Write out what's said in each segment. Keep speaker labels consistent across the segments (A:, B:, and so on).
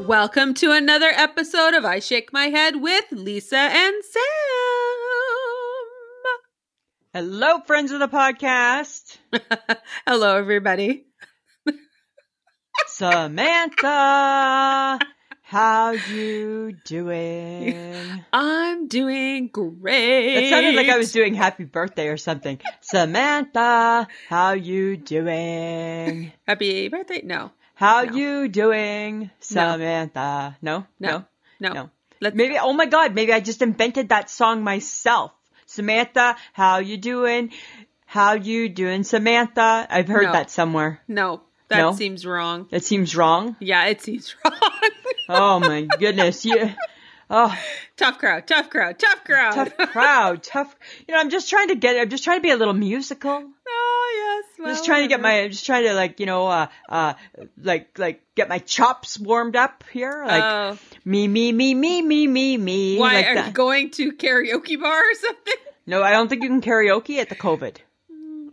A: Welcome to another episode of I Shake My Head with Lisa and Sam.
B: Hello, friends of the podcast.
A: Hello, everybody.
B: Samantha, how you doing?
A: I'm doing great.
B: That sounded like I was doing happy birthday or something. Samantha, how you doing?
A: Happy birthday. No,
B: How
A: No.
B: you doing, Samantha? No,
A: no, no.
B: no.
A: Let's,
B: Maybe, oh my God, maybe I just invented that song myself. Samantha, how you doing? How you doing, Samantha? I've heard
A: No.
B: that somewhere.
A: no, that
B: No.
A: seems wrong.
B: It seems wrong.
A: Yeah, it seems wrong.
B: Oh my goodness. You, oh,
A: tough crowd, tough crowd, tough crowd.
B: tough crowd, tough. You know, I'm just trying to get. I'm just trying to be a little musical.
A: oh, yes.
B: just
A: well,
B: trying to get
A: whatever.
B: my. Just trying to like you know, uh, uh, like like get my chops warmed up here. Like
A: Oh.
B: me, me, me, me, me, me, me.
A: Why
B: like
A: are
B: that.
A: you going to karaoke bar or something?
B: no, I don't think you can karaoke at the COVID.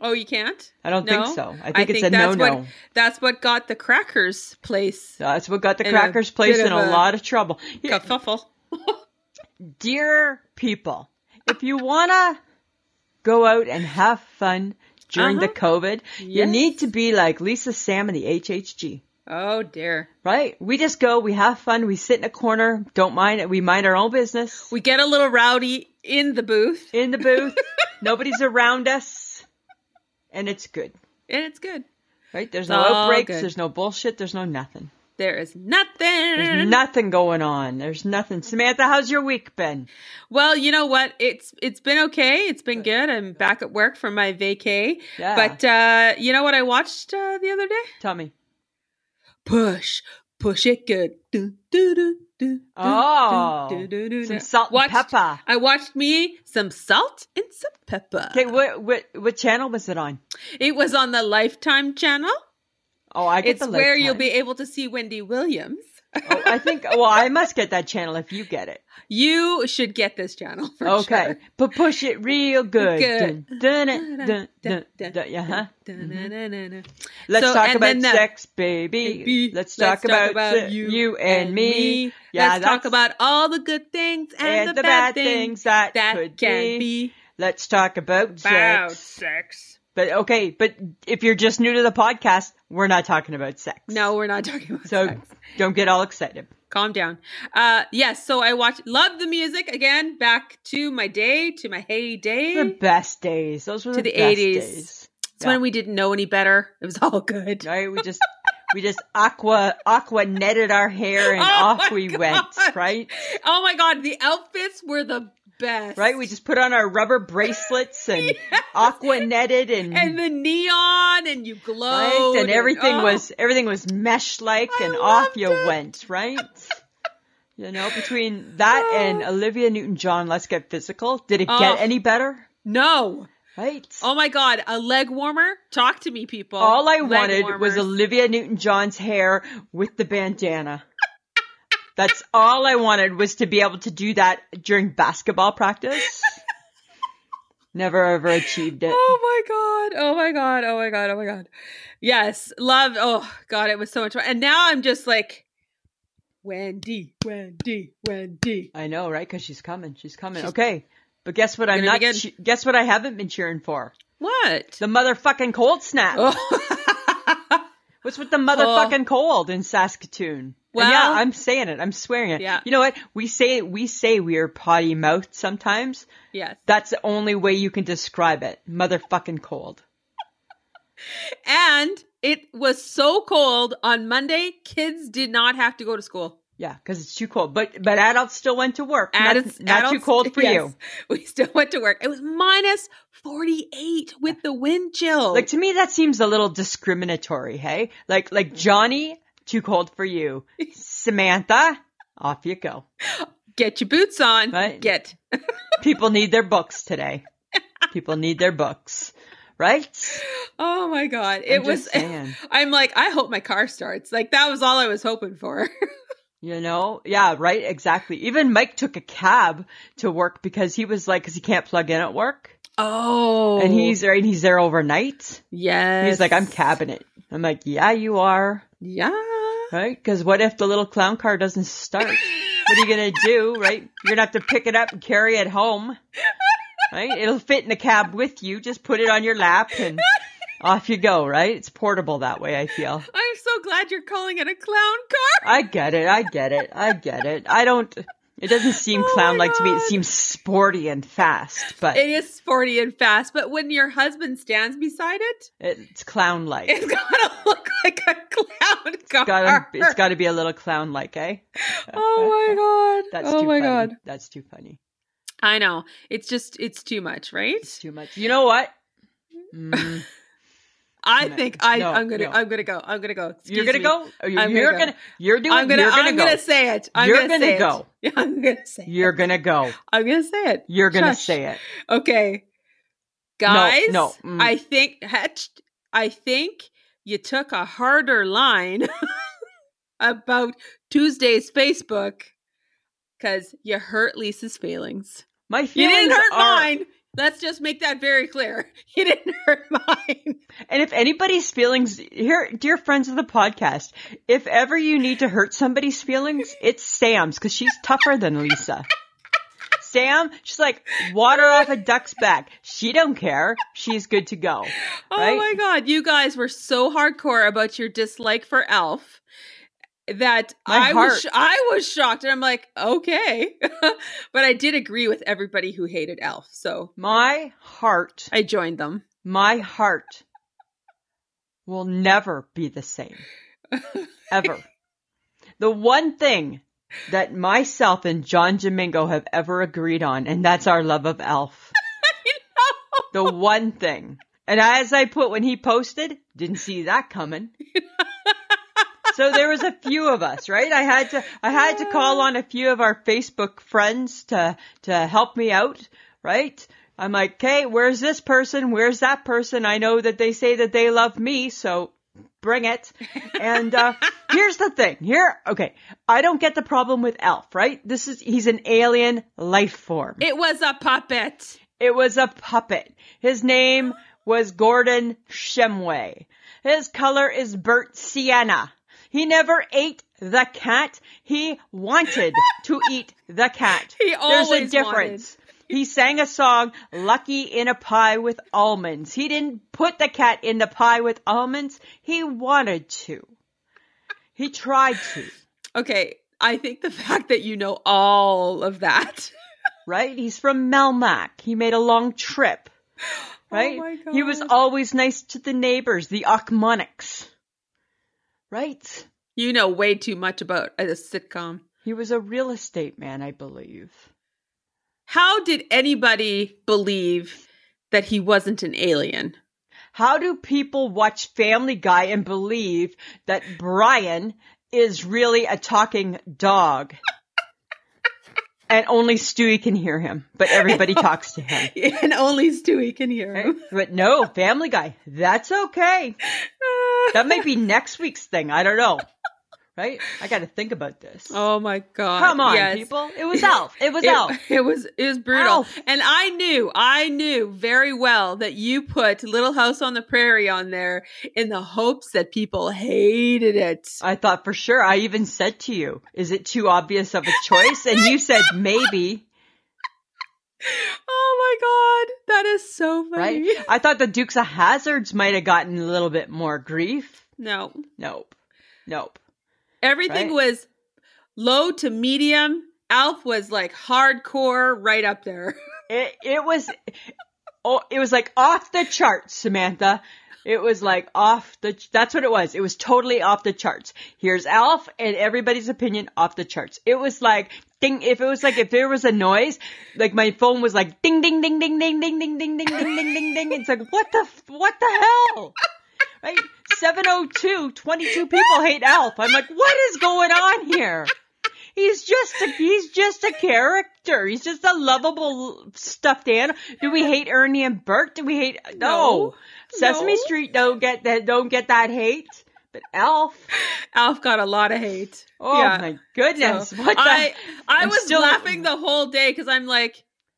A: Oh, you can't.
B: I don't think
A: No?
B: so. I think it's a
A: that's
B: no-no.
A: What, that's what got the crackers place
B: So that's what got the
A: In a
B: crackers place
A: bit
B: in a,
A: of a-
B: lot of trouble. Yeah,
A: kerfuffle.
B: dear people, if you wanna go out and have fun during the COVID,
A: Uh-huh.
B: you
A: Yes.
B: need to be like Lisa, Sam, and the HHG.
A: Oh dear.
B: Right? We just go, we have fun, we sit in a corner, don't mind it, we mind our own business.
A: We get a little rowdy in the booth,
B: In the booth, nobody's around us, and it's good.
A: and it's good.
B: Right? There's no
A: It's all
B: outbreaks,
A: good.
B: there's no bullshit, there's no nothing.
A: There is nothing.
B: There's
A: Mm-hmm.
B: nothing going on. There's nothing. Samantha, how's your week been?
A: well, you know what? It's it's been okay. It's been good. I'm back at work from my vacay.
B: Yeah.
A: But uh, you know what I watched uh, the other day?
B: Tell me.
A: Push, push it good. Do, do, do, do,
B: Oh,
A: do, do, do, do,
B: Some
A: do.
B: salt
A: watched,
B: and pepper.
A: I watched me some salt and some pepper.
B: Okay, what, what what channel was it on?
A: It was on the Lifetime channel.
B: Oh, I get
A: It's
B: the
A: where
B: lifetime.
A: you'll be able to see Wendy Williams.
B: Oh, I think. Well, I must get that channel if you get it.
A: You should get this channel for
B: okay,
A: sure.
B: but push it real good.
A: Good.
B: Dun, dun, it, dun, dun, dun, yeah, huh?
A: Da-na-na-na-na.
B: Let's
A: Mm-hmm. So,
B: talk
A: and
B: about
A: then that-
B: sex, baby.
A: Baby,
B: Let's talk about, se- you, and me. Yeah,
A: Let's talk
B: that's-
A: about all the good things and,
B: and the bad things that,
A: that
B: could
A: can
B: be.
A: be
B: Let's talk about
A: about
B: sex.
A: sex.
B: But okay, but if you're just new to the podcast, we're not talking about sex.
A: No, we're not talking about
B: so
A: sex.
B: don't get all excited.
A: calm down uh yes so i watch love the music again back to my day to my heyday
B: The best days. Those were
A: To
B: the,
A: the
B: best
A: 80s.
B: days.
A: it's when we didn't know any better it was all good
B: right? We just we just aqua aqua netted our hair and
A: Oh
B: off
A: my
B: we
A: God.
B: went, right?
A: oh my god the outfits were the best
B: Right? We just put on our rubber bracelets and aqua netted and,
A: and the neon and you glowed
B: right? and everything
A: oh,
B: was everything was mesh like
A: I
B: and off
A: loved
B: you
A: it.
B: went, right? You know, between that and Olivia Newton John, let's get physical. Did it
A: Oh.
B: get any better?
A: no
B: Right?
A: oh my god a leg warmer talk to me people
B: All I
A: Leg
B: wanted was
A: warmers.
B: Olivia Newton John's hair with the bandana. That's all I wanted was to be able to do that during basketball practice. Never ever achieved it.
A: Oh my god. Oh my god. Oh my god. Oh my god. Yes. Love. Oh god, it was so much fun. And now I'm just like Wendy, Wendy, Wendy.
B: I know, right? Because she's coming. She's coming.
A: She's-
B: okay. But guess what? I'm
A: Gonna
B: not.
A: begin.
B: Che- guess what? I haven't been cheering for
A: What?
B: the motherfucking cold snap.
A: Oh.
B: What's with the motherfucking cold in Saskatoon? Well, yeah,
A: Well-
B: I'm saying it. I'm swearing it.
A: Yeah.
B: You know what? We say we say we are potty mouthed sometimes,
A: yes.
B: That's the only way you can describe it. Motherfucking cold.
A: And it was so cold on Monday, kids did not have to go to school.
B: Yeah, because it's too cold. But but adults still went to work. Not-
A: Adults-
B: not, too
A: adults-
B: cold for
A: yes.
B: you.
A: We still went to work. It was minus 48 with the wind chill.
B: Like to me, that seems a little discriminatory. Hey, like like Johnny, too cold for you. Samantha, off you go.
A: Get your boots on.
B: Right.
A: Get.
B: People need their books today. People need their books, right?
A: Oh my god. It
B: I'm
A: was
B: just saying.
A: I'm like, I hope my car starts. Like that was all I was hoping for.
B: You know, yeah, right, exactly. Even Mike took a cab to work because he was like, because he can't plug in at work,
A: Oh,
B: and he's right, he's there overnight.
A: yes.
B: He's like, I'm cabinet. I'm like, yeah, you are.
A: Yeah,
B: right? Because what if the little clown car doesn't start? What are you gonna do, right? You're gonna have to pick it up and carry it home, right? It'll fit in the cab with you. Just put it on your lap and off you go, right? It's portable that way. I feel.
A: I'm so glad you're calling it a clown car.
B: I get it. I get it. I get it. I don't. It doesn't seem
A: Oh my
B: clown-like to me. It
A: God.
B: seems sporty and fast, but
A: It is sporty and fast, but when your husband stands beside it,
B: it's clown-like.
A: it's gotta look like a clown car.
B: gotta, it's gotta be a little clown-like, eh?
A: oh my god!
B: That's
A: oh
B: too
A: my
B: funny.
A: god!
B: That's too funny.
A: I know. It's just it's too much, right?
B: It's too much. You know what? Mm,
A: I
B: No,
A: think I
B: no,
A: I'm gonna
B: no.
A: I'm gonna go. I'm gonna go.
B: you're
A: Excuse
B: gonna
A: me.
B: go. Oh, you-
A: I'm gonna
B: You're
A: go.
B: gonna, You're doing.
A: I'm gonna
B: You're gonna
A: I'm
B: go.
A: gonna say it. I'm
B: You're
A: gonna,
B: gonna
A: say it.
B: go.
A: Yeah, I'm gonna say it.
B: you're gonna go.
A: I'm gonna say it.
B: You're gonna
A: Shush.
B: say it.
A: Okay. Guys,
B: no, mm.
A: I think Hetch, I think you took a harder line about Tuesday's Facebook because you hurt Lisa's feelings.
B: My
A: You
B: feelings
A: didn't hurt
B: are.
A: mine. Let's just make that very clear. You didn't hurt mine.
B: And if anybody's feelings here, dear friends of the podcast, if ever you need to hurt somebody's feelings, it's Sam's because she's tougher than Lisa. Sam, she's like water off a duck's back. She don't care. She's good to go.
A: Oh
B: Right?
A: my god, you guys were so hardcore about your dislike for Elf that
B: My
A: I
B: heart.
A: was I was shocked and I'm like, okay. but I did agree with everybody who hated Elf. So
B: My heart,
A: I joined them.
B: my heart will never be the same. Ever. the one thing that myself and John Domingo have ever agreed on, and that's our love of Elf. the one thing. And as I put when he posted, didn't see that coming. so there was a few of us, right? I had to I had to call on a few of our Facebook friends to to help me out, right? I'm like, "Okay, where's this person? Where's that person? I know that they say that they love me, so bring it." And uh here's the thing. Here, okay. I don't get the problem with Elf, right? This is he's an alien life form.
A: It was a puppet.
B: It was a puppet. His name was Gordon Shemway. His color is burnt sienna. He never ate the cat. He wanted to eat the cat.
A: He
B: There's a
A: always
B: difference. He sang a song, Lucky in a Pie with Almonds. He didn't put the cat in the pie with almonds. He wanted to. He tried to,
A: Okay, I think the fact that you know all of that.
B: right? He's from Melmac. He made a long trip. right?
A: Oh my god.
B: He was always nice to the neighbors, the Achmonics. Right?
A: You know way too much about a sitcom.
B: He was a real estate man, I believe.
A: How did anybody believe that he wasn't an alien?
B: How do people watch Family Guy and believe that Brian is really a talking dog? and only Stewie can hear him, but everybody talks to him.
A: And only Stewie can hear
B: Right?
A: him.
B: But no, Family Guy, that's okay. That might be next week's thing. I don't know. Right? I got to think about this.
A: Oh my god.
B: Come on,
A: yes.
B: people. It was Elf. It was Elf.
A: It, it was it was brutal.
B: Elf.
A: And I knew, I knew very well that you put Little House on the Prairie on there in the hopes that people hated it.
B: I thought for sure. I even said to you, is it too obvious of a choice? And you said maybe,
A: Oh my god, that is so
B: right?
A: funny.
B: I thought the Dukes of Hazards might have gotten a little bit more grief.
A: No,
B: Nope. Nope.
A: everything was low to medium. Alf was like hardcore, right up there.
B: It it was oh it was like off the charts, Samantha. It was like off the that's what it was. It was totally off the charts. Here's Alf and everybody's opinion off the charts. It was like ding if it was like if there was a noise, like my phone was like ding ding ding ding ding ding ding ding ding ding ding ding ding. It's like what the f- what the hell? Right? 702, 22 people hate Alf. I'm like, what is going on here? He's just a he's just a character. He's just a lovable stuffed animal. Do we hate Ernie and Bert? Do we hate no,
A: No.
B: Sesame
A: No.
B: Street? Don't get that. Don't get that hate. But Elf.
A: Alf got a lot of hate.
B: Oh
A: Yeah.
B: my
A: So
B: goodness! what the?
A: I I
B: I'm
A: was
B: still-
A: laughing the whole day because I'm like,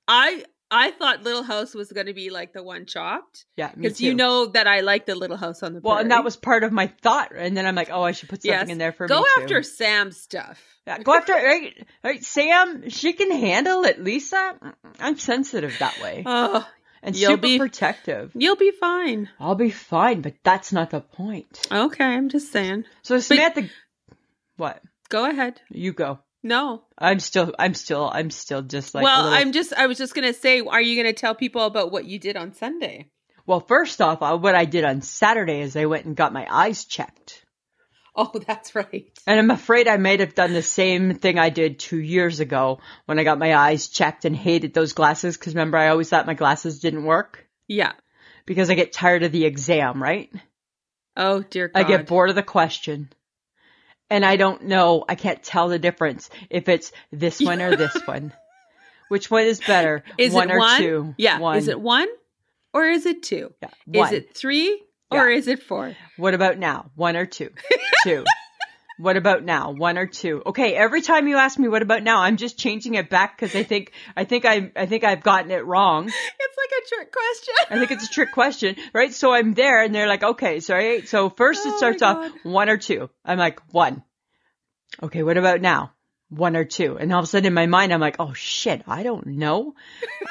A: I I thought Little House was going to be like the one chopped
B: Yeah, me
A: because you
B: too.
A: know that I like the Little House on the
B: Well,
A: Prairie.
B: and that was part of my thought, and then I'm like, oh, I should put something
A: Yes.
B: in there for
A: go
B: me too.
A: after Sam's stuff.
B: Yeah, go after right, right, Sam. She can handle it. Lisa, I'm sensitive that way
A: Oh,
B: and
A: you'll
B: super
A: be-
B: protective.
A: you'll be fine.
B: I'll be fine, but that's not the point.
A: Okay, I'm just saying.
B: So Samantha, what
A: Go ahead.
B: you go?
A: No.
B: I'm still, I'm still, I'm still just like. a
A: well,
B: little-
A: I'm just I was just going to say are you going to tell people about what you did on Sunday?
B: Well, first off, uh, what I did on Saturday is I went and got my eyes checked,
A: Oh, that's right.
B: and I'm afraid I might have done the same thing I did two years ago when I got my eyes checked and hated those glasses because remember I always thought my glasses didn't work
A: Yeah.
B: because I get tired of the exam, right?
A: Oh, dear God.
B: I get bored of the question. And I don't know, I can't tell the difference if it's this one or this one. Which one is better?
A: Is
B: one
A: it
B: or
A: one?
B: two?
A: Yeah.
B: One.
A: Is it one or is it two?
B: Yeah, one.
A: Is it three or is it four?
B: What about now? One or two? two. What about now? One or two? Okay, every time you ask me what about now, I'm just changing it back because I think I think I I think I've gotten it wrong.
A: It's like a trick question.
B: I think it's a trick question, right? So I'm there and they're like, okay, sorry. So first
A: Oh
B: it
A: my
B: starts off
A: God.
B: one or two. I'm like, one. Okay, what about now? One or two. And all of a sudden in my mind, I'm like, oh shit, I don't know.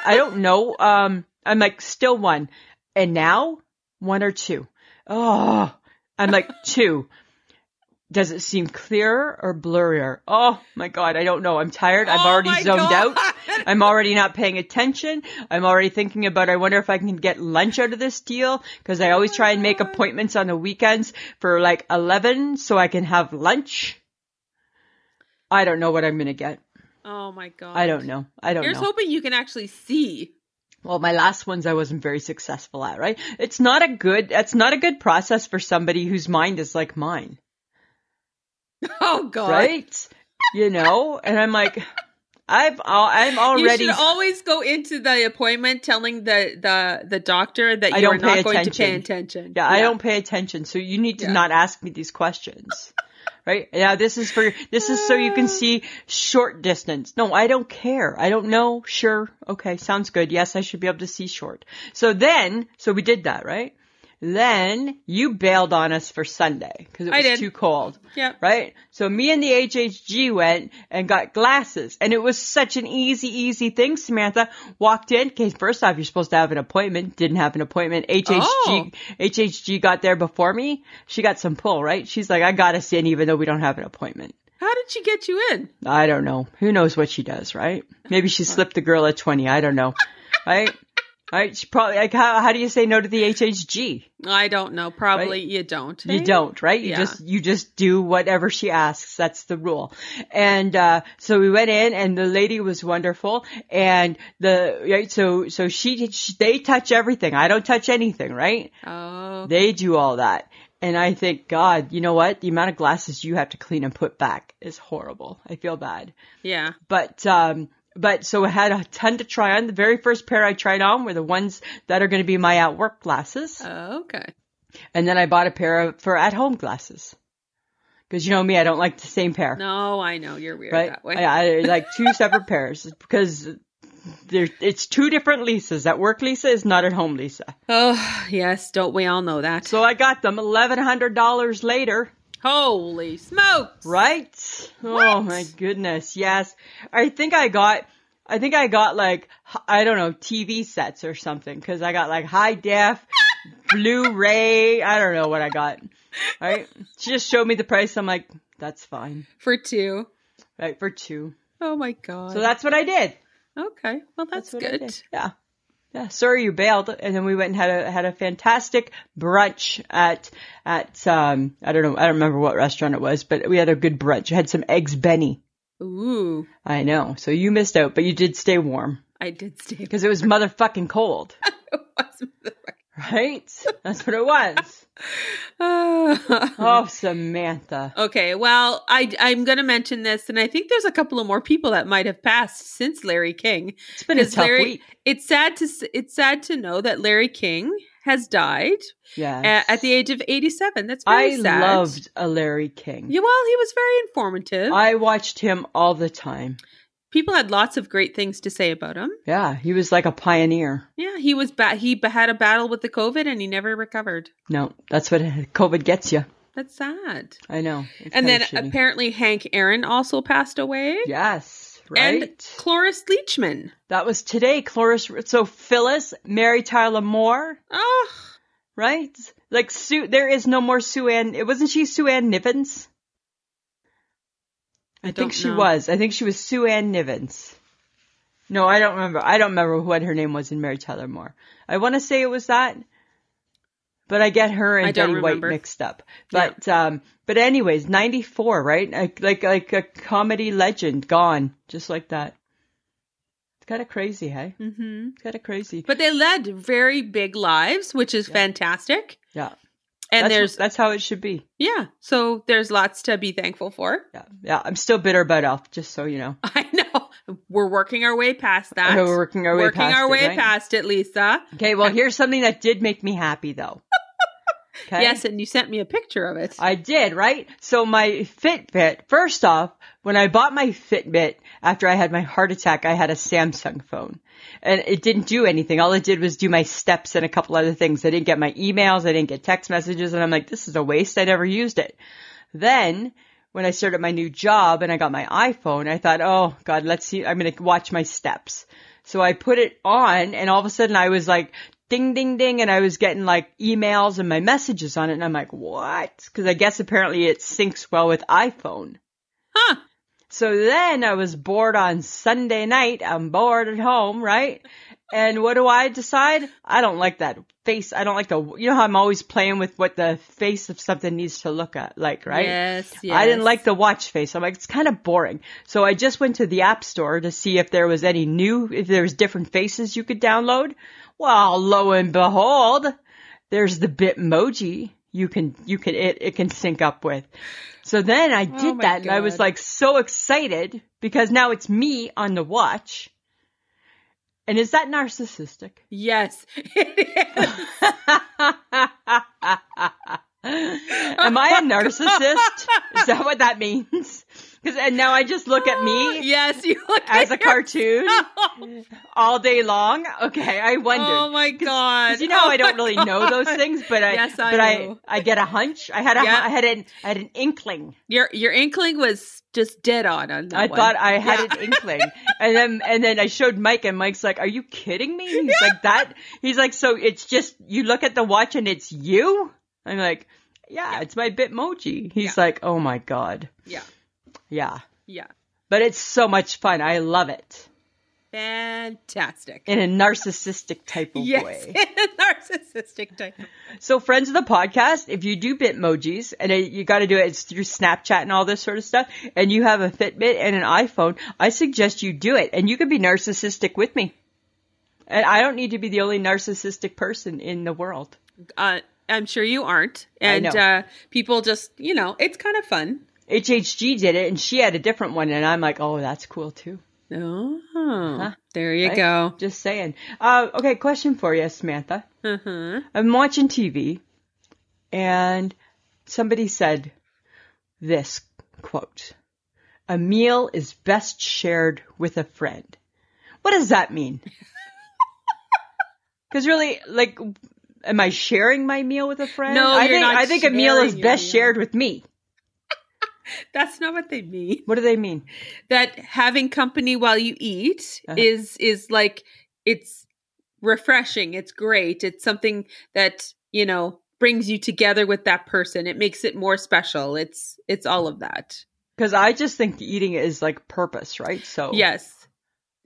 B: I don't know. Um, I'm like, still one. And now one or two. Oh, I'm like, two. Does it seem clearer or blurrier? Oh my God, I don't know. I'm tired. I'm
A: Oh
B: already
A: my
B: zoned out.
A: God.
B: I'm already not paying attention. I'm already thinking about, I wonder if I can get lunch out of this deal because I always try and make appointments on the weekends for like 11 so I can have lunch. I don't know what I'm going to get.
A: Oh my god.
B: I don't know. I don't
A: Here's
B: know.
A: hoping you can actually see.
B: well, my last ones I wasn't very successful at, right? It's not a good, that's not a good process for somebody whose mind is like mine.
A: Oh god.
B: Right? you know? And I'm like, I've, al- I'm already
A: You should always go into the appointment telling the the the doctor that
B: I
A: you're
B: don't pay
A: not going to pay
B: attention.
A: attention.
B: Yeah, I don't pay attention, so you need to
A: Yeah.
B: not ask me these questions. right? Yeah, this is for this is so you can see short distance. No, I don't care. I don't know. Sure. Okay, sounds good. Yes, I should be able to see short. So then, so we did that, right? Then you bailed on us for Sunday because it
A: I
B: was
A: did.
B: too cold,
A: Yep.
B: right? So me and the HHG went and got glasses, and it was such an easy, easy thing. Samantha walked in. Okay, first off, you're supposed to have an appointment. Didn't have an appointment. HHG
A: Oh.
B: HHG got there before me. She got some pull, right? She's like, I got us in even though we don't have an appointment.
A: How did she get you in?
B: I don't know. Who knows what she does, right? Maybe she slipped the girl at 20. I don't know. right? Right? She probably, like, how, how do you say no to the HHG?
A: I don't know. Probably you don't. eh?
B: You don't, right? You
A: Yeah.
B: just you just do whatever she asks. That's the rule. And uh so we went in and the lady was wonderful and the right so so she, she they touch everything. I don't touch anything, right?
A: Oh.
B: They do all that. And I think, God, you know what? The amount of glasses you have to clean and put back is horrible. I feel bad.
A: yeah.
B: But, um, but so I had a ton to try on. The very first pair I tried on were the ones that are going to be my at work glasses.
A: Okay.
B: And then I bought a pair of, for at home glasses. Cause you know me, I don't like the same pair.
A: No, I know you're weird
B: right?
A: that way.
B: I, uh I like two separate pairs because there, it's two different Lisas. At work Lisa is not at home Lisa.
A: Oh yes, don't we all know that?
B: So I got them $1,100 later.
A: Holy smokes!
B: Right? Oh
A: What?
B: my goodness. Yes. I think I got, I think I got like, h- I don't know, TV sets or something. Cause I got like high def, Blu-ray. I don't know what I got. Right? She just showed me the price. I'm like, that's fine.
A: For two.
B: Right? For two.
A: Oh my god.
B: So that's what I did.
A: okay. Well, that's,
B: what I
A: good.
B: did. Yeah. Yeah. Sorry you bailed. And then we went and had a, had a fantastic brunch at, at, um, I don't know. I don't remember what restaurant it was, but we had a good brunch. Had some eggs Benny.
A: Ooh,
B: I know. So you missed out, but you did stay warm
A: I did stay.
B: because it was motherfucking cold, right? That's what it was. Oh, Samantha.
A: Okay, well, I, I'm going to mention this, and I think there's a couple of more people that might have passed since Larry King.
B: It's been a
A: 'Cause
B: tough
A: Larry-
B: week.
A: It's sad to s- it's sad to know that Larry King has died a-
B: Yeah.
A: at, the age of 87. That's very
B: I
A: sad.
B: loved a Larry King.
A: Yeah, well, he was very informative.
B: I watched him all the time.
A: People had lots of great things to say about him.
B: Yeah, he was like a pioneer.
A: Yeah, he was ba- he b- had a battle with the COVID and he never recovered.
B: No, that's what COVID gets you.
A: That's sad.
B: I know. It's
A: and
B: kinda
A: then
B: shitty.
A: apparently Hank Aaron also passed away.
B: yes, right.
A: And Cloris Leachman.
B: that was today, Cloris. So Phyllis, Mary Tyler Moore,
A: Oh,
B: right? Like Sue, there is no more Sue Ann. It wasn't she Sue Ann Nivens. I,
A: don't
B: think she
A: know.
B: was. I think she was Sue Ann Nivens. No, I don't remember. I don't remember what her name was in Mary Tyler Moore. I want to say it was that, but I get her and
A: I don't
B: Betty
A: remember.
B: White mixed up. But um, but anyways, ninety four, right? Like, like like a comedy legend gone just like that. It's kind of crazy, hey?
A: hmm
B: It's kind of crazy.
A: but they led very big lives, which is
B: Yeah.
A: fantastic.
B: Yeah,
A: And
B: that's,
A: there's
B: that's how it should be.
A: yeah, so there's lots to be thankful for.
B: Yeah, yeah. I'm still bitter about Elf, just so you know.
A: I know we're working our way past that.
B: We're working our way
A: working
B: past
A: our
B: it,
A: way
B: right?
A: past it, Lisa.
B: Okay, well, here's something that did make me happy, though. Okay?
A: Yes, and you sent me a picture of it.
B: I did, right? So my Fitbit, first off, when I bought my Fitbit after I had my heart attack, I had a Samsung phone and it didn't do anything. All it did was do my steps and a couple other things. I didn't get my emails. I didn't get text messages. And I'm like, this is a waste. I never used it. Then when I started my new job and I got my iPhone, I thought, oh God, let's see. I'm going to watch my steps. So I put it on and all of a sudden I was like, ding, ding, ding. And I was getting like emails and my messages on it. And I'm like, what? Cause I guess apparently it syncs well with iPhone.
A: huh.
B: So then I was bored on Sunday night. I'm bored at home, right? And what do I decide? I don't like that face. I don't like the, you know how I'm always playing with what the face of something needs to look at, like, right?
A: Yes, yes.
B: I didn't like the watch face. I'm like, it's kind of boring. So I just went to the app store to see if there was any new, if there was different faces you could download. Well, lo and behold, there's the Bitmoji you can, you can, it, it can sync up with. So then I did
A: Oh my
B: that and I was
A: God.
B: like so excited because now it's me on the watch. And is that narcissistic?
A: Yes, it is.
B: Am I a narcissist? Is that what that means? 'Cause- and now I just look at me
A: yes, Oh, you look
B: as a
A: at Oh,
B: cartoon
A: yourself.
B: all day long. Okay, I wondered.
A: Oh my god!
B: 'Cause you know
A: Oh
B: I don't
A: my
B: really know those
A: God.
B: things, but I,
A: Yes, I
B: but
A: know.
B: I, I get a hunch. I had a,
A: Yeah.
B: I had an, I had an inkling.
A: Your your inkling was just dead on on that
B: I
A: one.
B: thought I had
A: Yeah.
B: an inkling, and then and then I showed Mike, and Mike's like, "Are you kidding me?" He's like, "That." He's like, "So it's just you look at the watch and it's you." I'm like, "Yeah, it's my Bitmoji." He's like, "Oh my god,
A: Yeah,
B: yeah."
A: yeah,
B: But it's so much fun. I love it
A: fantastic.
B: in a narcissistic type of
A: yes,
B: way.
A: narcissistic type.
B: So, friends of the podcast, if you do Bitmojis, and it, you got to do it it's through Snapchat and all this sort of stuff, and you have a Fitbit and an iPhone, I suggest you do it, and you could be narcissistic with me. And I don't need to be the only narcissistic person in the world.
A: Uh, I'm sure you aren't,
B: I
A: and
B: know.
A: uh, people just you know it's kind of fun.
B: HHG did it, and she had a different one, and I'm like, oh, that's cool too.
A: Oh,
B: Huh?
A: there you
B: Uh-huh. Right?
A: go.
B: Just saying. Uh, okay, question for you, Samantha.
A: Uh-huh.
B: I'm watching TV, and somebody said this quote A meal is best shared with a friend. What does that mean? Because really, like, am I sharing my meal with a friend?
A: No,
B: I
A: you're
B: think,
A: not
B: I think a meal is
A: sharing your
B: best
A: meal.
B: shared with me.
A: That's not what they mean.
B: What do they mean?
A: That having company while you eat
B: Uh-huh.
A: is is like it's refreshing. It's great. It's something that you know brings you together with that person. It makes it more special. It's it's all of that.
B: Because I just think eating is like purpose, right? So
A: Yes.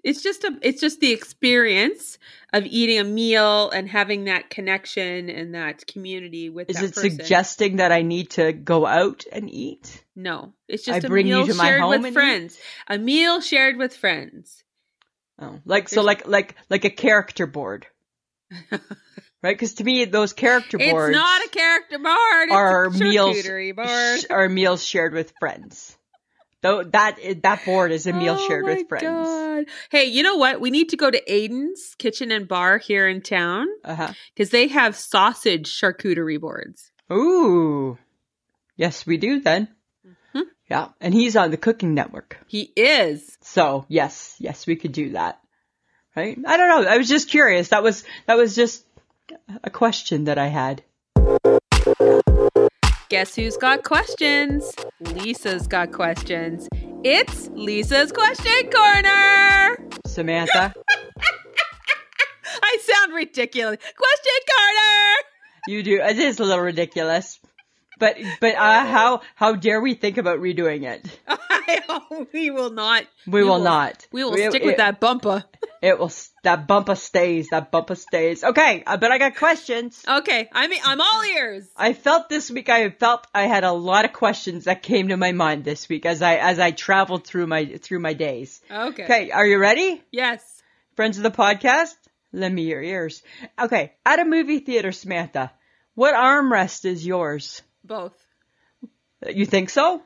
A: It's just a it's just the experience of eating a meal and having that connection and that community with
B: Is
A: that
B: it
A: person.
B: suggesting that I need to go out and eat?
A: no. It's
B: I
A: just a
B: bring you
A: meal
B: to my
A: shared
B: home and
A: with
B: eat?
A: friends. A meal shared with friends.
B: Oh, like so,
A: There's-
B: like like like a character board, right? Because to me, those character boards
A: It's not a character board. It's
B: Are
A: a
B: meals
A: charcuterie board.
B: sh- are meals shared with friends. Though that i- that board is a meal
A: Oh
B: shared
A: my
B: with friends.
A: God. Hey, you know what? We need to go to Aiden's Kitchen and Bar here in town
B: Uh
A: because they have sausage charcuterie boards.
B: huh. Ooh, yes, we do then.
A: Mhm.
B: Yeah, and he's on the Cooking Network.
A: He is.
B: So yes, yes, we could do that. Right? I don't know. I was just curious. That was, that was just a question that I had.
A: Guess who's got questions? Lisa's got questions. It's Lisa's Question Corner!
B: Samantha,
A: I sound ridiculous. Question
B: you do, it is a little ridiculous, but, but uh, how, how dare we think about redoing it?
A: Corner! I hope we will not.
B: We, will, not.
A: We will
B: It-
A: stick with
B: it-
A: that bumper.
B: It will, s- that bumper stays, that bumper stays. Okay. uh, But I got questions.
A: Okay, I mean, I'm all ears.
B: I felt this week I felt I had a lot of questions that came to my mind this week as I as I traveled through my through my days.
A: Okay.
B: Okay, are you ready?
A: Yes.
B: Friends of the podcast, lend me your ears. Okay, at a movie theater, Samantha, what armrest is yours?
A: Both.
B: You think so?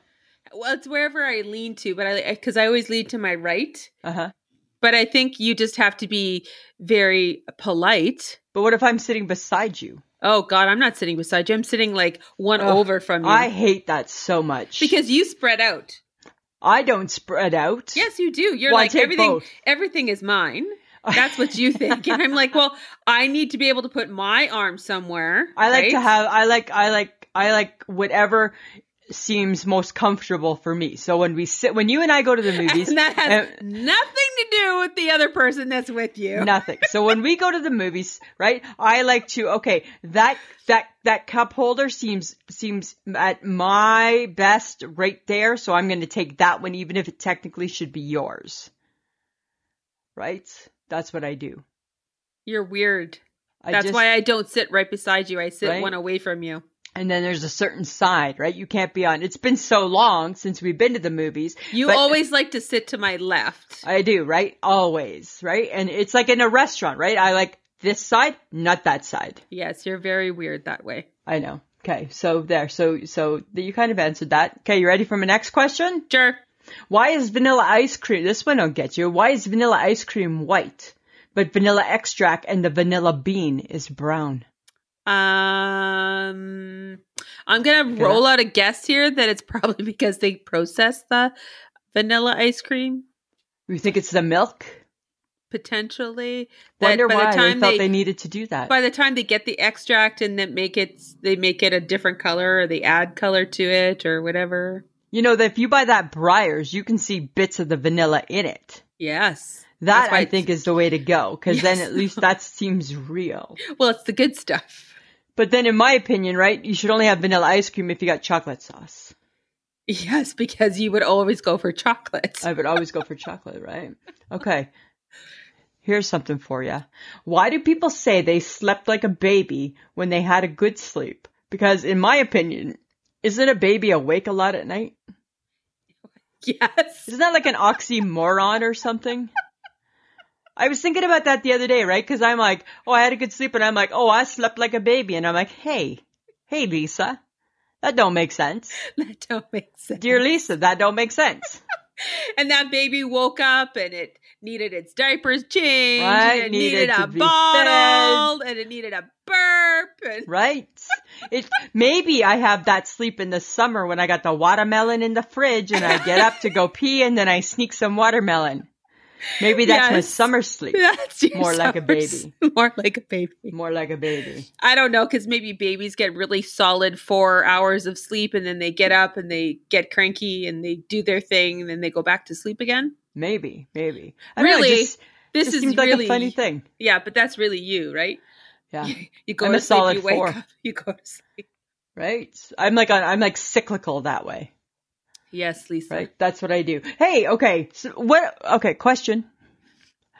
A: Well, it's wherever I lean to, but I because I always lean to my right.
B: Uh-huh.
A: But I think you just have to be very polite.
B: But what if I'm sitting beside you?
A: Oh God, I'm not sitting beside you. I'm sitting like one
B: Ugh,
A: over from you
B: I hate that so much.
A: because you spread out.
B: I don't spread out.
A: Yes, you do. You're
B: Well, I
A: like
B: take
A: everything.
B: both.
A: Everything is mine. That's what you think, and I'm like, well, I need to be able to put my arm somewhere.
B: I like to
A: right?
B: have I like I like I like whatever seems most comfortable for me. So when we sit when you and I go to the movies
A: and that has nothing
B: and-
A: to do with the other person that's with you.
B: nothing. So when we go to the movies, right? I like to okay, that that that cup holder seems seems at my best right there, so I'm going to take that one even if it technically should be yours. Right? That's what I do.
A: You're weird.
B: I
A: That's
B: just-
A: why I don't sit right beside you. I sit
B: Right?
A: one away from you.
B: and then there's a certain side, right? You can't be on. It's been so long since we've been to the movies.
A: You
B: But-
A: always like to sit to my left.
B: I do, right? Always, right? And it's like in a restaurant, right? I like this side, not that side.
A: yes, you're very weird that way.
B: I know. Okay, so there, so so that you kind of answered that. Okay, you ready for my next question?
A: Sure.
B: Why is vanilla ice cream? This one I'll get you. Why is vanilla ice cream white, but vanilla extract and the vanilla bean is brown?
A: Um, I'm gonna
B: Okay.
A: roll out a guess here that it's probably because they process the vanilla ice cream
B: You think it's the milk?
A: potentially. That
B: Wonder
A: by
B: why
A: the time
B: they thought
A: they,
B: they, needed to do that.
A: by the time they get the extract and then make it, they make it a different color or they add color to it or whatever.
B: you know that if you buy that Briars, you can see bits of the vanilla in it.
A: Yes. That's
B: That
A: why
B: I
A: it's-
B: think is the way to go, because then
A: Yes.
B: at least that seems real.
A: Well, it's the good stuff.
B: But then, in my opinion, right, you should only have vanilla ice cream if you got chocolate sauce.
A: Yes, because you would always go for chocolate.
B: I would always go for chocolate, right? Okay. Here's something for you. Why do people say they slept like a baby when they had a good sleep? Because in my opinion, isn't a baby awake a lot at night?
A: yes.
B: Isn't that like an oxymoron or something? I was thinking about that the other day, right? Because I'm like, oh, I had a good sleep, and I'm like, oh, I slept like a baby, and I'm like, hey, hey, Lisa, that don't make sense,
A: That don't make sense.
B: dear Lisa, that don't make sense.
A: and that baby woke up and it needed its diapers changed.
B: Right,
A: and it
B: needed
A: needed,
B: to
A: a
B: be
A: bottle and it needed a burp. And
B: Right. It maybe I have that sleep in the summer when I got the watermelon in the fridge and I get up to go pee and then I sneak some watermelon. Maybe that's my
A: Yes.
B: summer sleep.
A: that's your
B: More like a
A: source. More like a baby.
B: More like a baby.
A: I don't know because maybe babies get really solid four hours of sleep and then they get up and they get cranky and they do their thing and then they go back to sleep again.
B: Maybe, maybe. I don't know, it
A: Really?
B: just-
A: This
B: just
A: is
B: seems
A: really
B: like a funny thing.
A: Yeah, but that's really you, right?
B: Yeah.
A: You go
B: I'm
A: to
B: a
A: sleep,
B: solid
A: you wake
B: four.
A: up, you go to sleep.
B: Right. I'm like on, I'm like cyclical that way.
A: Yes, Lisa.
B: Right. That's what I do. Hey. Okay. So what? Okay. Question.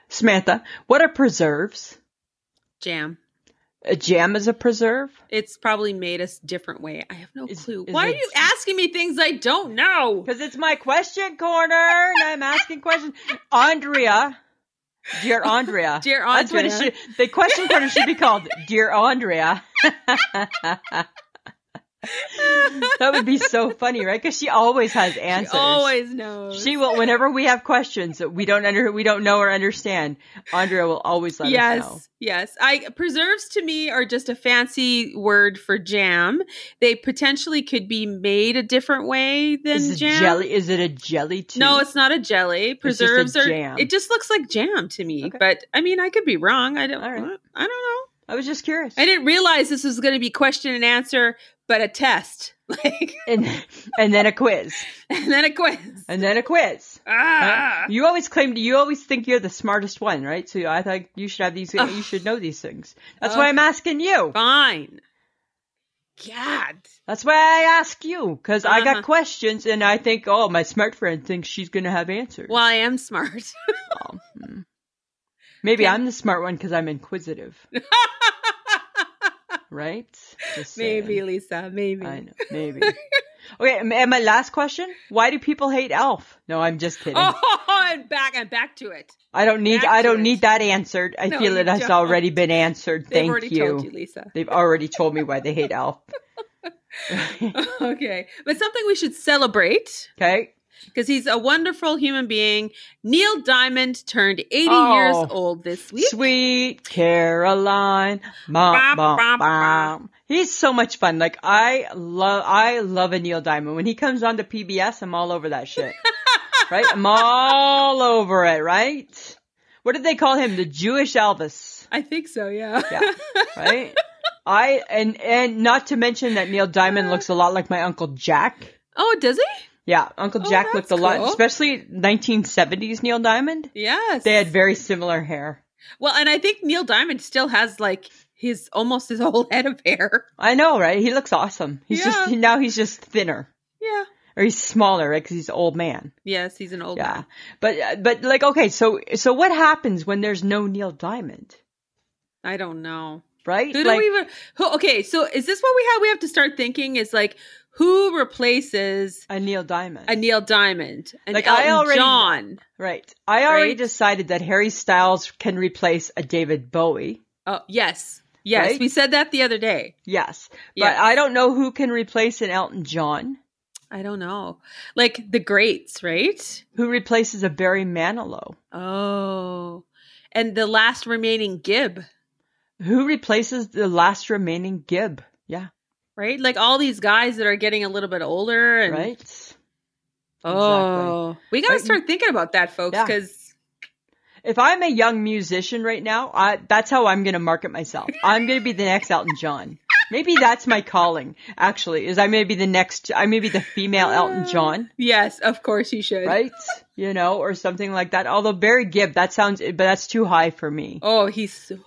B: Samantha, what are preserves?
A: Jam.
B: A jam is a preserve.
A: It's probably made us different way. I have no
B: Is-
A: clue.
B: is
A: Why
B: it-
A: are you asking me things I don't know?
B: Because it's my question corner, and I'm asking questions. Andrea, dear Andrea,
A: Dear
B: That's what it
A: Andrea.
B: should. The question corner should be called "Dear Andrea." That would be so funny, right? Because she always has
A: She
B: answers.
A: always knows.
B: She will. Whenever we have questions that we don't under, we don't know or understand, Andrea will always let
A: yes,
B: us know.
A: yes. I preserves to me are just a fancy word for jam. They potentially could be made a different way than
B: Is it
A: jam.
B: jelly? Is it a jelly too?
A: No, it's not a jelly.
B: just a
A: Preserves are.
B: jam.
A: It just looks like jam to me.
B: Okay.
A: But I mean, I could be wrong. I don't.
B: All right.
A: I don't know.
B: I was just curious.
A: I didn't realize this was going to be question and answer, but a test, like,
B: and and then a quiz,
A: and then a quiz.
B: and then a quiz.
A: Ah,
B: You always claim you always think you're the smartest one, right? So I think you should have these.
A: Ugh.
B: You should know these things. That's why I'm
A: Okay.
B: asking you.
A: fine. God,
B: That's why I ask you because I
A: Uh-huh.
B: got questions, and I think, oh, my smart friend thinks she's gonna have answers.
A: well, I am smart.
B: Oh, hmm. Maybe
A: Okay.
B: I'm the smart one because I'm inquisitive, right? Just saying.
A: maybe, Lisa. Maybe.
B: I know. Maybe. okay, and- and my last question: Why do people hate Elf? No, I'm just kidding.
A: Oh, I'm back. I'm back to it.
B: I don't need.
A: back
B: I
A: to
B: don't
A: it.
B: need that answered. I
A: No,
B: feel
A: you
B: it has
A: don't.
B: already been answered.
A: They've
B: Thank
A: already
B: you.
A: told you, Lisa.
B: They've already told me why they hate Elf.
A: okay, but something we should celebrate
B: okay.
A: because he's a wonderful human being. Neil Diamond turned 80
B: Oh.
A: years old this week.
B: Sweet Caroline. Bom,
A: Bom,
B: bom,
A: bom,
B: bom. He's so much fun. Like I love I love a Neil Diamond. When he comes on to PBS, I'm all over that shit. right? I'm all over it, right? What did they call him? The Jewish Elvis.
A: I think so, yeah.
B: Yeah. Right? I and and not to mention that Neil Diamond looks a lot like my Uncle Jack.
A: oh, does he?
B: Yeah, Uncle
A: Oh,
B: Jack
A: that's
B: looked a lot
A: cool.
B: especially nineteen seventies Neil Diamond.
A: Yes.
B: They had very similar hair.
A: well, and I think Neil Diamond still has like his almost his whole head of hair.
B: I know, right? He looks awesome. He's just
A: Yeah.
B: now he's just thinner
A: Yeah.
B: or he's smaller, right? Because he's an old man.
A: Yes, he's an old
B: Yeah,
A: man.
B: but but like okay, so so what happens when there's no Neil Diamond,
A: I don't know.
B: right?
A: Who do
B: like
A: we even who okay, so is this what we have we have to start thinking is like who replaces
B: a Neil Diamond,
A: a Neil Diamond? And
B: Like, I
A: Elton
B: already-
A: John.
B: right? I already
A: Right?
B: decided that Harry Styles can replace a David Bowie.
A: Oh yes. Yes.
B: Right?
A: We said that the other day.
B: Yes,
A: Yes.
B: but I don't know who can replace an Elton John.
A: I don't know. Like the greats, right?
B: Who replaces a Barry Manilow?
A: Oh. And the last remaining Gib,
B: Who replaces the last remaining Gibb? Yeah,
A: right? Like all these guys that are getting a little bit older and
B: right.
A: Oh, we got to
B: Right, you-
A: start thinking about that, folks,
B: Yeah.
A: because
B: If I'm a young musician right now, I, that's how I'm going to market myself. I'm going to be the next Elton John. Maybe that's my calling, actually, is I may be the next, I may be the female Elton John,
A: yes, of course you should.
B: right? You know, or something like that. Although Barry Gibb, that sounds, but that's too high for me.
A: Oh, he's so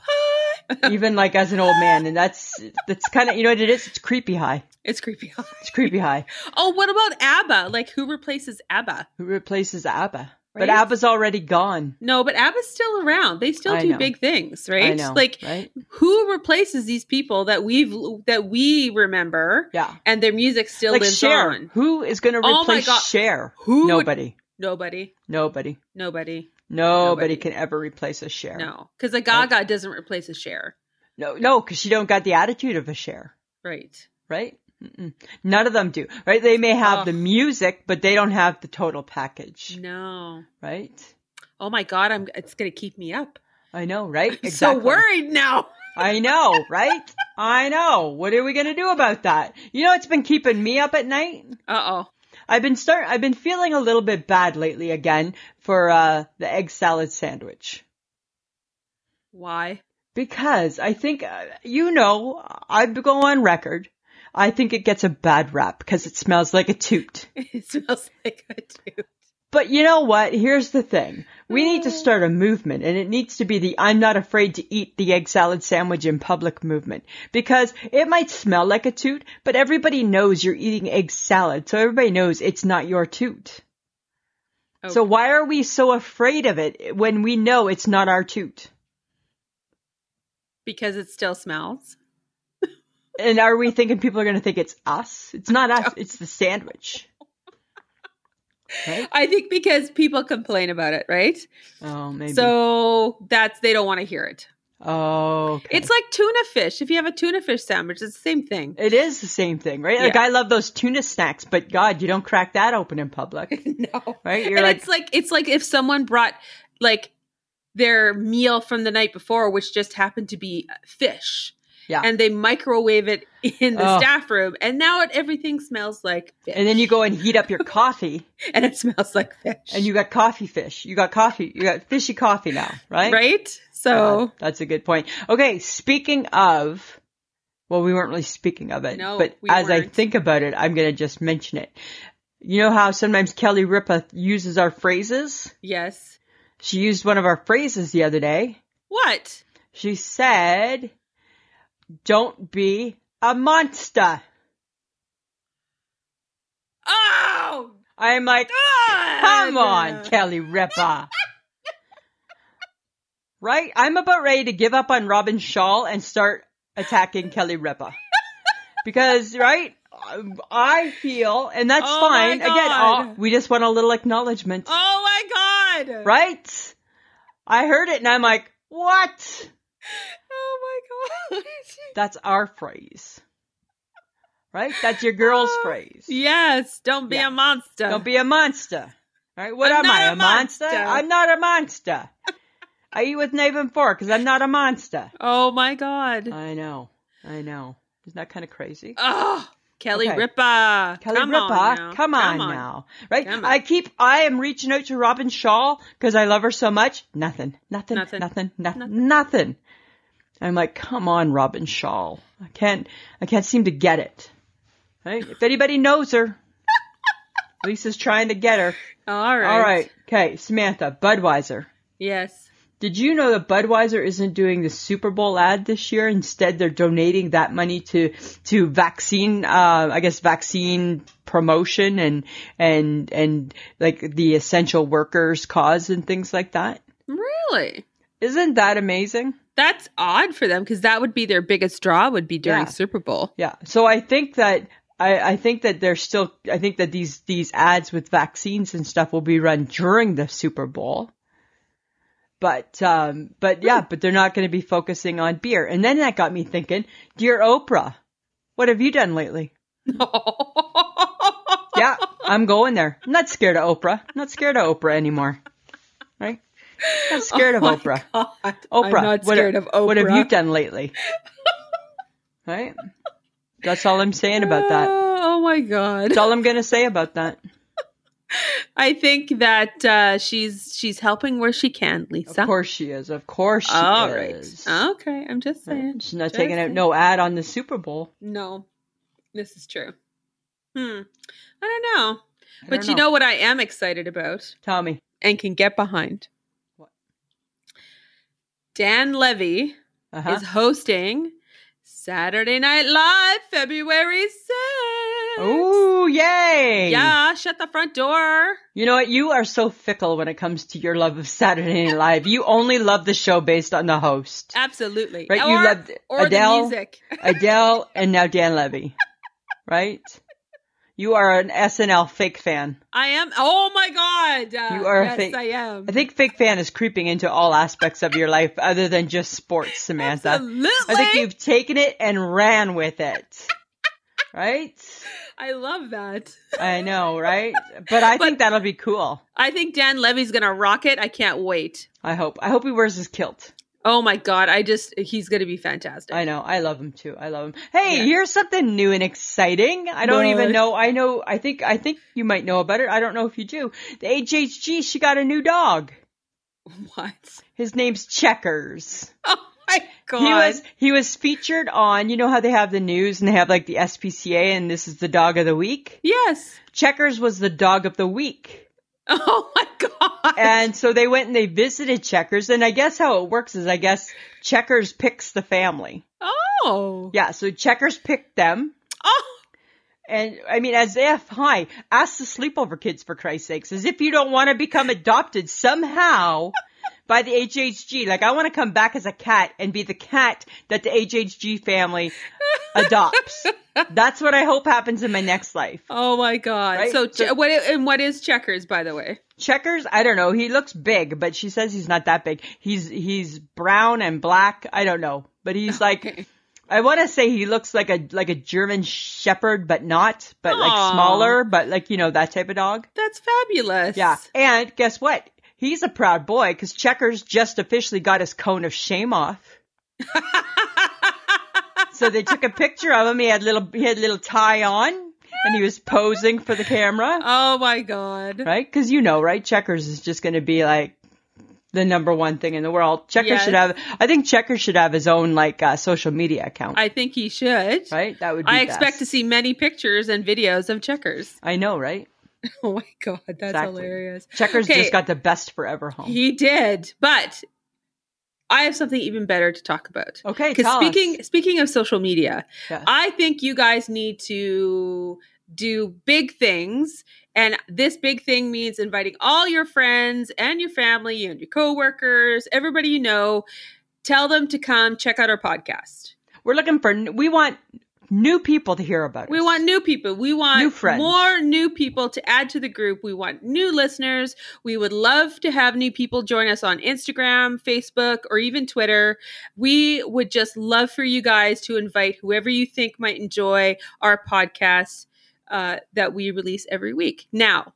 A: high.
B: Even like as an old man. And that's, that's kind of, you know what it is? It's creepy high.
A: It's creepy.
B: It's creepy high.
A: Oh, what about ABBA? Like, who replaces ABBA?
B: Who replaces ABBA? But
A: Right?
B: ABBA's already gone.
A: No, but ABBA's still around. They still
B: I
A: do
B: know.
A: big things,
B: I
A: right?
B: know,
A: like,
B: right?
A: who replaces these people that we've that we remember
B: Yeah.
A: and their music still
B: Like
A: lives
B: Cher.
A: on?
B: Who is going to
A: Oh my
B: replace
A: God.
B: Cher?
A: Who? Would,
B: Nobody.
A: nobody.
B: Nobody.
A: Nobody.
B: Nobody
A: Nobody.
B: can ever replace a share.
A: No, because a Gaga doesn't replace a share,
B: no, no, because she don't got the attitude of a share,
A: right?
B: right? Mm-mm. None of them do, right? They may have
A: Ugh.
B: the music, but they don't have the total package,
A: No.
B: right?
A: Oh my God, I'm. It's gonna keep me up.
B: I know, right?
A: I'm so worried now.
B: I know, right? I know. What are we gonna do about that? You know, what's been keeping me up at night.
A: Uh oh.
B: I've been start. I've been feeling a little bit bad lately again for uh, the egg salad sandwich.
A: Why?
B: Because I think, uh, you know, I go on record. I think it gets a bad rap because it smells like a toot.
A: It smells like a tube.
B: But you know what? Here's the thing. We need to start a movement and it needs to be the I'm not afraid to eat the egg salad sandwich in public movement because it might smell like a toot, but everybody knows you're eating egg salad. So everybody knows it's not your toot.
A: Oh,
B: So why are we so afraid of it when we know it's not our toot?
A: Because it still smells.
B: And are we thinking people are going to think it's us? It's not us. It's the sandwich. Right?
A: I think because people complain about it, right?
B: Oh, maybe.
A: So that's they don't want to hear it.
B: Oh, okay.
A: It's like tuna fish. If you have a tuna fish sandwich, it's the same thing.
B: It is the same thing, right? Like
A: Yeah.
B: I love those tuna snacks, but God, you don't crack that open in public,
A: no.
B: right? You're
A: and
B: like,
A: it's like it's like if someone brought like their meal from the night before, which just happened to be fish.
B: Yeah.
A: And they microwave it in the
B: Oh.
A: staff room, and now it, everything smells like fish.
B: and then you go and heat up your coffee,
A: and it smells like fish.
B: and you got coffee fish. You got coffee. You got fishy coffee now, right?
A: right? So
B: God, Uh, that's a good point. Okay, speaking of, well, we weren't really speaking of it,
A: No,
B: but
A: we
B: as I
A: weren't.
B: think about it, I'm gonna just mention it. You know how sometimes Kelly Ripa uses our phrases?
A: yes,
B: She used one of our phrases the other day.
A: what?
B: She said, "Don't be a monster."
A: Oh
B: I'm like,
A: God!
B: come on, Kelly Ripa. right? I'm about ready to give up on Robin Shaw and start attacking Kelly Ripa. Because, right? I feel, and that's
A: Oh my
B: fine. Again,
A: God.
B: oh, we just want a little acknowledgement.
A: Oh my God!
B: Right? I heard it and I'm like, what?
A: Oh my God!
B: That's our phrase. Right? That's your girl's
A: Oh,
B: phrase.
A: yes, don't be
B: Yeah.
A: a monster.
B: Don't be a monster. All right, what
A: I'm
B: am
A: not
B: I?
A: a
B: A monster?
A: monster.
B: I'm not a monster. I eat with knife and fork because I'm not a monster.
A: oh my God!
B: I know. I know. Isn't that kind of crazy?
A: Oh, Kelly
B: Okay.
A: Ripa.
B: Kelly
A: come
B: Ripa,
A: on now.
B: come on, now. Right?
A: Come on.
B: I keep, I am reaching out to Robin Shaw because I love her so much. Nothing, nothing,
A: Nothing.
B: nothing, nothing,
A: Nothing.
B: nothing, I'm like, come on, Robin Shaw. I can't, I can't seem to get it. Right? If anybody knows her, Lisa's trying to get her.
A: All right.
B: All right. Okay, Samantha, Budweiser.
A: Yes.
B: Did you know that Budweiser isn't doing the Super Bowl ad this year? Instead, they're donating that money to to vaccine, uh, I guess, vaccine promotion and and and like the essential workers cause and things like that.
A: Really?
B: Isn't that amazing?
A: That's odd for them because that would be their biggest draw would be during
B: Yeah.
A: Super Bowl.
B: Yeah. So I think that I, I think that they're still. I think that these these ads with vaccines and stuff will be run during the Super Bowl. But um, but yeah, but they're not going to be focusing on beer. And then that got me thinking, dear Oprah, what have you done lately? Yeah, I'm going there. I'm not scared of Oprah. I'm not scared of Oprah anymore. Right? I'm not scared of
A: Oh my
B: Oprah.
A: God.
B: Oprah,
A: I'm not
B: what-
A: scared of Oprah.
B: What have you done lately? right? That's all I'm saying about that.
A: Oh my God.
B: That's all I'm gonna say about that.
A: I think that uh, she's she's helping where she can,
B: Of
A: Lisa.
B: course she is. Of course she
A: All right.
B: is.
A: Okay. I'm just saying.
B: She's not
A: Just
B: taking out
A: saying.
B: no ad on the Super Bowl.
A: No, this is true. Hmm. I don't know.
B: I
A: but
B: don't
A: you know what I am excited about
B: tell me.
A: and can get behind?
B: What?
A: Dan Levy
B: Uh-huh.
A: is hosting Saturday Night Live February 6th.
B: Ooh, yay!
A: Yeah, shut the front door.
B: You know what? You are so fickle when it comes to your love of Saturday Night Live. You only love the show based on the host.
A: Absolutely.
B: Right?
A: Uh, Or,
B: you loved
A: or the
B: Adele,
A: music.
B: Adele, and now Dan Levy. Right? You are an SNL fake fan.
A: I am. Oh my God. Uh,
B: You are a
A: Yes,
B: fake-
A: I am.
B: I think fake fan is creeping into all aspects of your life other than just sports, Samantha.
A: Absolutely.
B: I think you've taken it and ran with it. right?
A: I love that.
B: I know, right? But I
A: But-
B: think that'll be cool.
A: I think Dan Levy's gonna rock it. I can't wait.
B: I hope. I hope he wears his kilt.
A: Oh my god, I just he's gonna be fantastic.
B: I know. I love him too. I love him. Hey,
A: Yeah.
B: here's something new and exciting. I don't
A: What?
B: even know. I know. I think. I think you might know about it. I don't know if you do. The HHG. She got a new dog.
A: What?
B: His name's Checkers.
A: Oh my god.
B: He was he was featured on. You know how they have the news and they have like the SPCA and this is the dog of the week.
A: Yes.
B: Checkers was the dog of the week.
A: Oh my god.
B: and so they went and they visited Checkers. And I guess how it works is I guess Checkers picks the family.
A: oh.
B: Yeah, so Checkers picked them.
A: Oh.
B: And I mean, as if, hi, ask the sleepover kids for Christ's sakes, as if you don't want to become adopted somehow by the HHG. Like, I want to come back as a cat and be the cat that the HHG family adopts. That's what I hope happens in my next life.
A: Oh my god.
B: Right?
A: So,
B: So-
A: che- what i- and what is checkers by the way?
B: checkers. I don't know. He looks big, but she says he's not that big. He's he's brown and black. I don't know, but he's like. I want to say he looks like a like a German Shepherd, but not, but
A: Aw.
B: like smaller, but like you know that type of dog.
A: That's fabulous.
B: Yeah, and guess what? He's a proud boy because Checkers just officially got his cone of shame off. So they took a picture of him. He had little he had little tie on, and he was posing for the camera,
A: oh my god.
B: right? Because you know, right? Checkers is just going to be like the number one thing in the world. Checkers
A: Yes.
B: should have. I think Checkers should have his own like uh, social media account,
A: I think he should.
B: right? That would. be
A: I
B: best.
A: expect to see many pictures and videos of checkers.
B: I know, right?
A: Oh my god, that's
B: Exactly. Oh.
A: hilarious.
B: Checkers
A: Okay.
B: just got the best forever home.
A: He did, but I have something even better to talk about.
B: okay,
A: Because
B: tell
A: speaking
B: us.
A: speaking of social media,
B: Yeah.
A: I think you guys need to do big things. And this big thing means inviting all your friends and your family and your coworkers, everybody you know, tell them to come check out our podcast.
B: we're looking for. n- We want new people to hear about.
A: We
B: us.
A: want new people. We want
B: New friends.
A: more new people to add to the group. We want new listeners. We would love to have new people join us on Instagram, Facebook, or even Twitter. We would just love for you guys to invite whoever you think might enjoy our podcast uh, that we release every week. Now,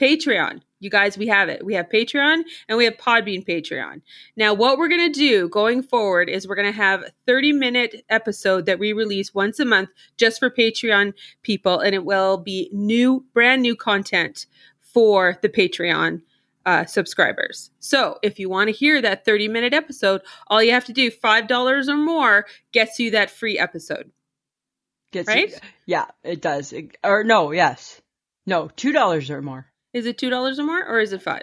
A: Patreon. You guys, we have it. We have Patreon and we have Podbean Patreon. Now, what we're going to do going forward is we're going to have a 30 minute episode that we release once a month just for Patreon people, and it will be new, brand new content for the Patreon uh, subscribers. So if you want to hear that 30 minute episode, all you have to do, $5 or more, gets you that free episode.
B: Gets
A: right?
B: you- yeah, it does. It- or no, yes, no, two dollars or more.
A: Is it $2 or more, or is it 5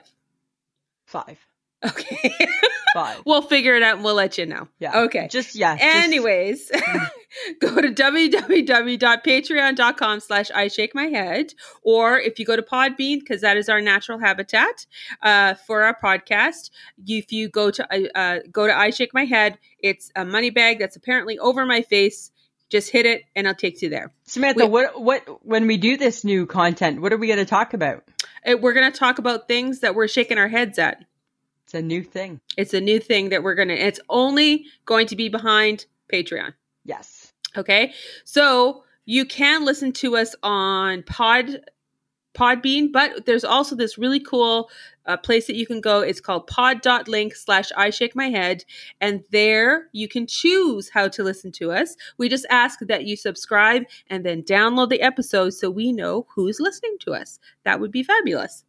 B: Five.
A: Okay.
B: Five.
A: we'll figure it out and we'll let you know.
B: Yeah.
A: Okay.
B: Just yeah. just-
A: Anyways, go to www.patreon.com slash I shake my head. Or if you go to Podbean, because that is our natural habitat uh, for our podcast, you- if you go to uh, uh, go to I shake my head, it's a money bag that's apparently over my face. Just hit it and it'll take you there.
B: Samantha,
A: we-
B: what what when we do this new content, what are we going to talk about?
A: And we're going to talk about things that we're shaking our heads at.
B: It's a new thing.
A: It's a new thing that we're going to, it's only going to be behind Patreon.
B: Yes.
A: Okay. So you can listen to us on Pod Podbean, but there's also this really cool uh, place that you can go. It's called pod.link slash I shake my head. And there you can choose how to listen to us. We just ask that you subscribe and then download the episode so we know who's listening to us. That would be fabulous.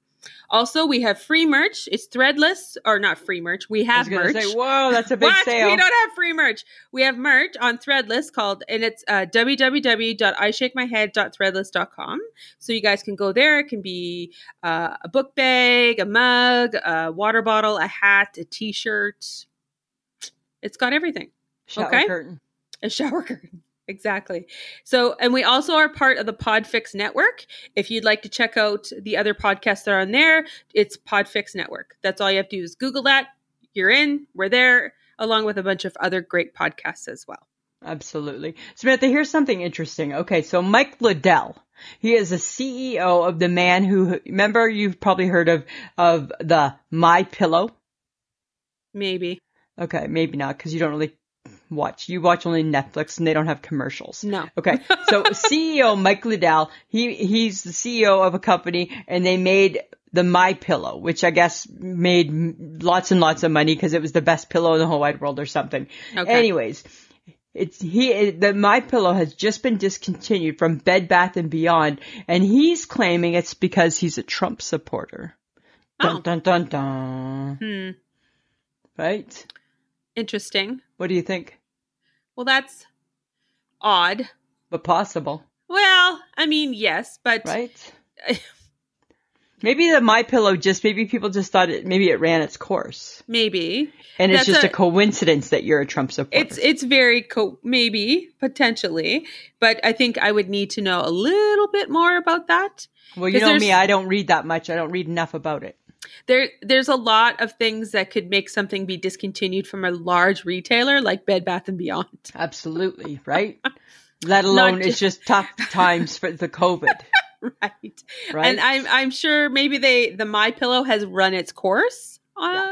A: Also, we have free merch. It's threadless, or not free merch. We
B: I
A: have
B: was gonna
A: merch.
B: say, whoa, that's a big
A: What?
B: sale.
A: We don't have free merch. We have merch on Threadless called, and it's uh, www.ishakemyhead.threadless.com. So you guys can go there. It can be uh, a book bag, a mug, a water bottle, a hat, a t-shirt. It's got everything.
B: Shower
A: okay.
B: curtain.
A: A shower curtain. Exactly. So, and we also are part of the Podfix Network. If you'd like to check out the other podcasts that are on there, it's Podfix Network. That's all you have to do is Google that. You're in, we're there, along with a bunch of other great podcasts as well.
B: Absolutely. Samantha, here's something interesting. Okay, so Mike Liddell, he is a CEO of the man who remember you've probably heard of of the My Pillow.
A: Maybe.
B: Okay, maybe not because you don't really watch. You watch only Netflix, and they don't have commercials.
A: No.
B: Okay, so CEO Mike Liddell, he he's the CEO of a company, and they made the My Pillow, which I guess made m- lots and lots of money because it was the best pillow in the whole wide world or something.
A: Okay.
B: Anyways, it's he it, the My Pillow has just been discontinued from Bed Bath and Beyond, and he's claiming it's because he's a Trump supporter. Dun
A: Oh.
B: dun dun dun.
A: Hmm.
B: Right?
A: Interesting.
B: What do you think?
A: Well, that's odd.
B: But possible,
A: Well, I mean, yes, but
B: right? Maybe the My Pillow just maybe people just thought it maybe it ran its course,
A: maybe
B: and it's
A: That's
B: just a,
A: a-
B: coincidence that you're a Trump supporter.
A: it's it's very co- maybe potentially, but I think I would need to know a little bit more about that.
B: well, you
A: 'cause
B: know
A: there's-
B: me, I don't read that much. I don't read enough about it.
A: There there's a lot of things that could make something be discontinued from a large retailer like Bed Bath and Beyond.
B: Absolutely, right? Let alone
A: Not
B: it's just tough times for the COVID.
A: right.
B: right?
A: And I'm I'm sure maybe they the My Pillow has run its course. Uh,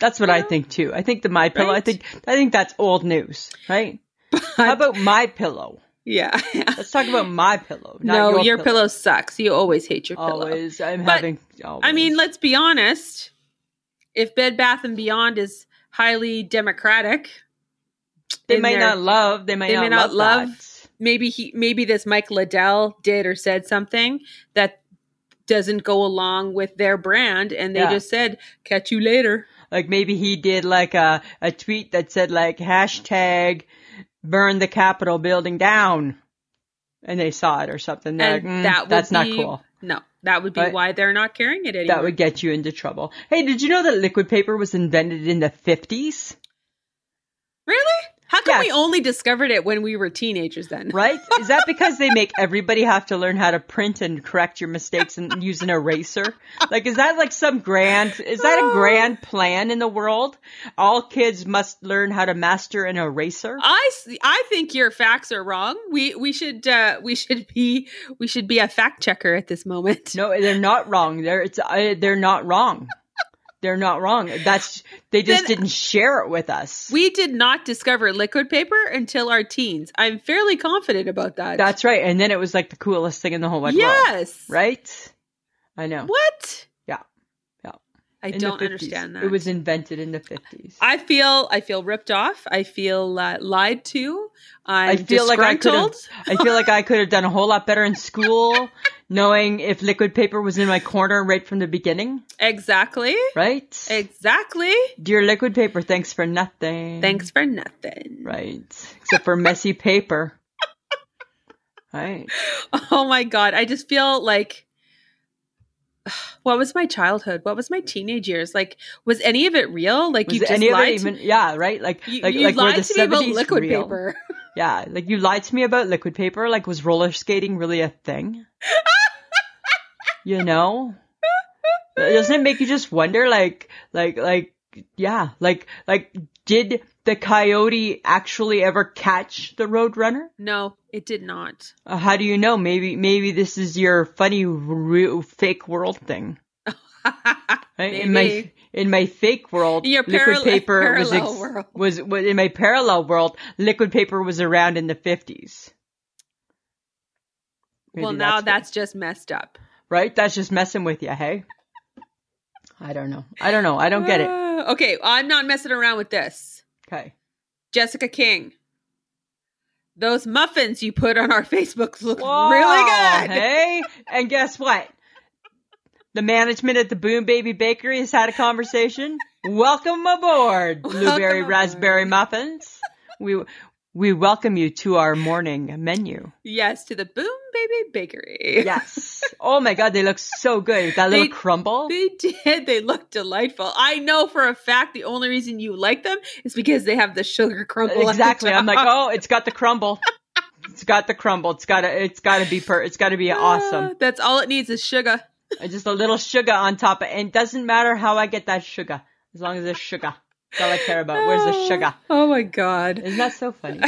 B: That's what I
A: Yeah.
B: think too. I think the my pillow. I
A: Right?
B: think I think that's old news, right? How about my pillow?
A: yeah.
B: Let's talk about my pillow. Not
A: no, your,
B: your
A: pillow. sucks. You always hate your pillow.
B: Always, I'm
A: But,
B: having. Always.
A: I mean, let's be honest. If Bed Bath and Beyond is highly democratic,
B: they
A: in
B: may
A: their-
B: not love. They may
A: they
B: not
A: may not
B: love.
A: love.
B: that.
A: maybe he maybe this Mike Liddell did or said something that doesn't go along with their brand and they
B: Yeah.
A: just said catch you later.
B: Like maybe he did like a a tweet that said like hashtag burn the Capitol building down, and they saw it or something. They're
A: And
B: like, "Mm,
A: that would
B: that's not
A: be-
B: cool.
A: No, that would be
B: Right.
A: why they're not carrying it anymore.
B: That would get you into trouble. Hey, did you know that liquid paper was invented in the fifties?
A: really? How come we
B: Yes.
A: only discovered it when we were teenagers then?
B: Right? Is that because they make everybody have to learn how to print and correct your mistakes and use an eraser? Like, is that like some grand, is that
A: Oh.
B: a grand plan in the world? All kids must learn how to master an eraser?
A: I, s- I think your facts are wrong. We we should uh, we should be we should be a fact checker at this moment.
B: No, they're not wrong. They're, it's, uh, they're not wrong. They're not wrong. That's, they just
A: Then-
B: didn't share it with us.
A: We did not discover liquid paper until our teens. I'm fairly confident about that.
B: That's right. And then it was like the coolest thing in the whole wide world.
A: yes.
B: Right? I know.
A: What?
B: Yeah. Yeah.
A: I
B: In the
A: don't
B: 50s.
A: understand that.
B: It was invented in the 50s.
A: I feel I feel ripped off. I feel uh, lied to. I'm
B: I feel like I could have.
A: disgruntled.
B: I feel like I could have done a whole lot better in school, knowing if liquid paper was in my corner right from the beginning.
A: Exactly.
B: Right,
A: Exactly.
B: dear liquid paper, thanks for nothing.
A: Thanks for nothing.
B: Right, except for messy paper. Right,
A: Oh my god, I just feel like what was my childhood? What was my teenage years? Like was any of it real? Like
B: was
A: you just
B: any of
A: lied
B: it even? Yeah, right. Like,
A: to, you,
B: like,
A: you
B: like were
A: lied
B: the
A: to me about
B: 70s
A: liquid
B: real?
A: paper.
B: Yeah, like you lied to me about liquid paper. Like, was roller skating really a thing? you know, doesn't it make you just wonder? Like, like, like, yeah, like, like, did the coyote actually ever catch the roadrunner?
A: No, it did not.
B: Uh, how do you know? Maybe, maybe this is your funny real, fake world thing. Right? In my
A: Maybe.
B: in my fake world,
A: Your
B: liquid
A: parallel-
B: paper was,
A: parallel world.
B: was was in my parallel world, liquid paper was around in the fifties.
A: well, now that's just messed up.
B: right. That's just messing with you, hey? I don't know. I don't know. I don't get it.
A: Uh, Okay, I'm not messing around with this.
B: Okay.
A: Jessica King. Those muffins you put on our Facebook look
B: Wow,
A: really good.
B: Hey, and guess what? The management at the Boom Baby Bakery has had a conversation. Welcome aboard, blueberry
A: Welcome
B: raspberry muffins. We we welcome you to our morning menu.
A: Yes, to the Boom Baby Bakery.
B: Yes. Oh my God, they look so good. With that little
A: They-
B: crumble.
A: They did. They look delightful. I know for a fact the only reason you like them is because they have the sugar crumble. at the
B: exactly. I'm like,
A: top.
B: oh, it's got the crumble. It's got the crumble. It's gotta. It's gotta be per. It's gotta be awesome.
A: Ah, That's all it needs is sugar.
B: And Just a little sugar on top. Of, and it doesn't matter how I get that sugar, as long as there's sugar. That's all I care about. Where's the
A: Ah,
B: sugar?
A: Oh my god.
B: Isn't that so funny?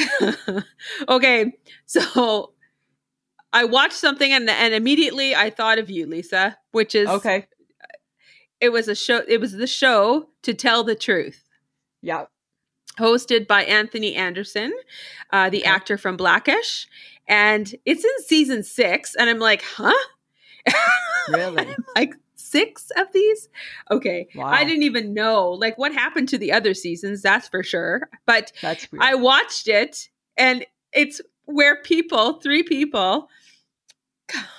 A: okay, so I watched something and and immediately I thought of you, Lisa, which is
B: Okay.
A: It was a show. It was the show to tell the truth,
B: Yeah.
A: hosted by Anthony Anderson, uh, the
B: Okay.
A: actor from Blackish, and it's in season six. And I'm like, huh?
B: Really?
A: Like six of these? Okay.
B: Wow.
A: I didn't even know like what happened to the other seasons. That's for sure. But
B: That's weird.
A: I watched it, and it's where people, three people,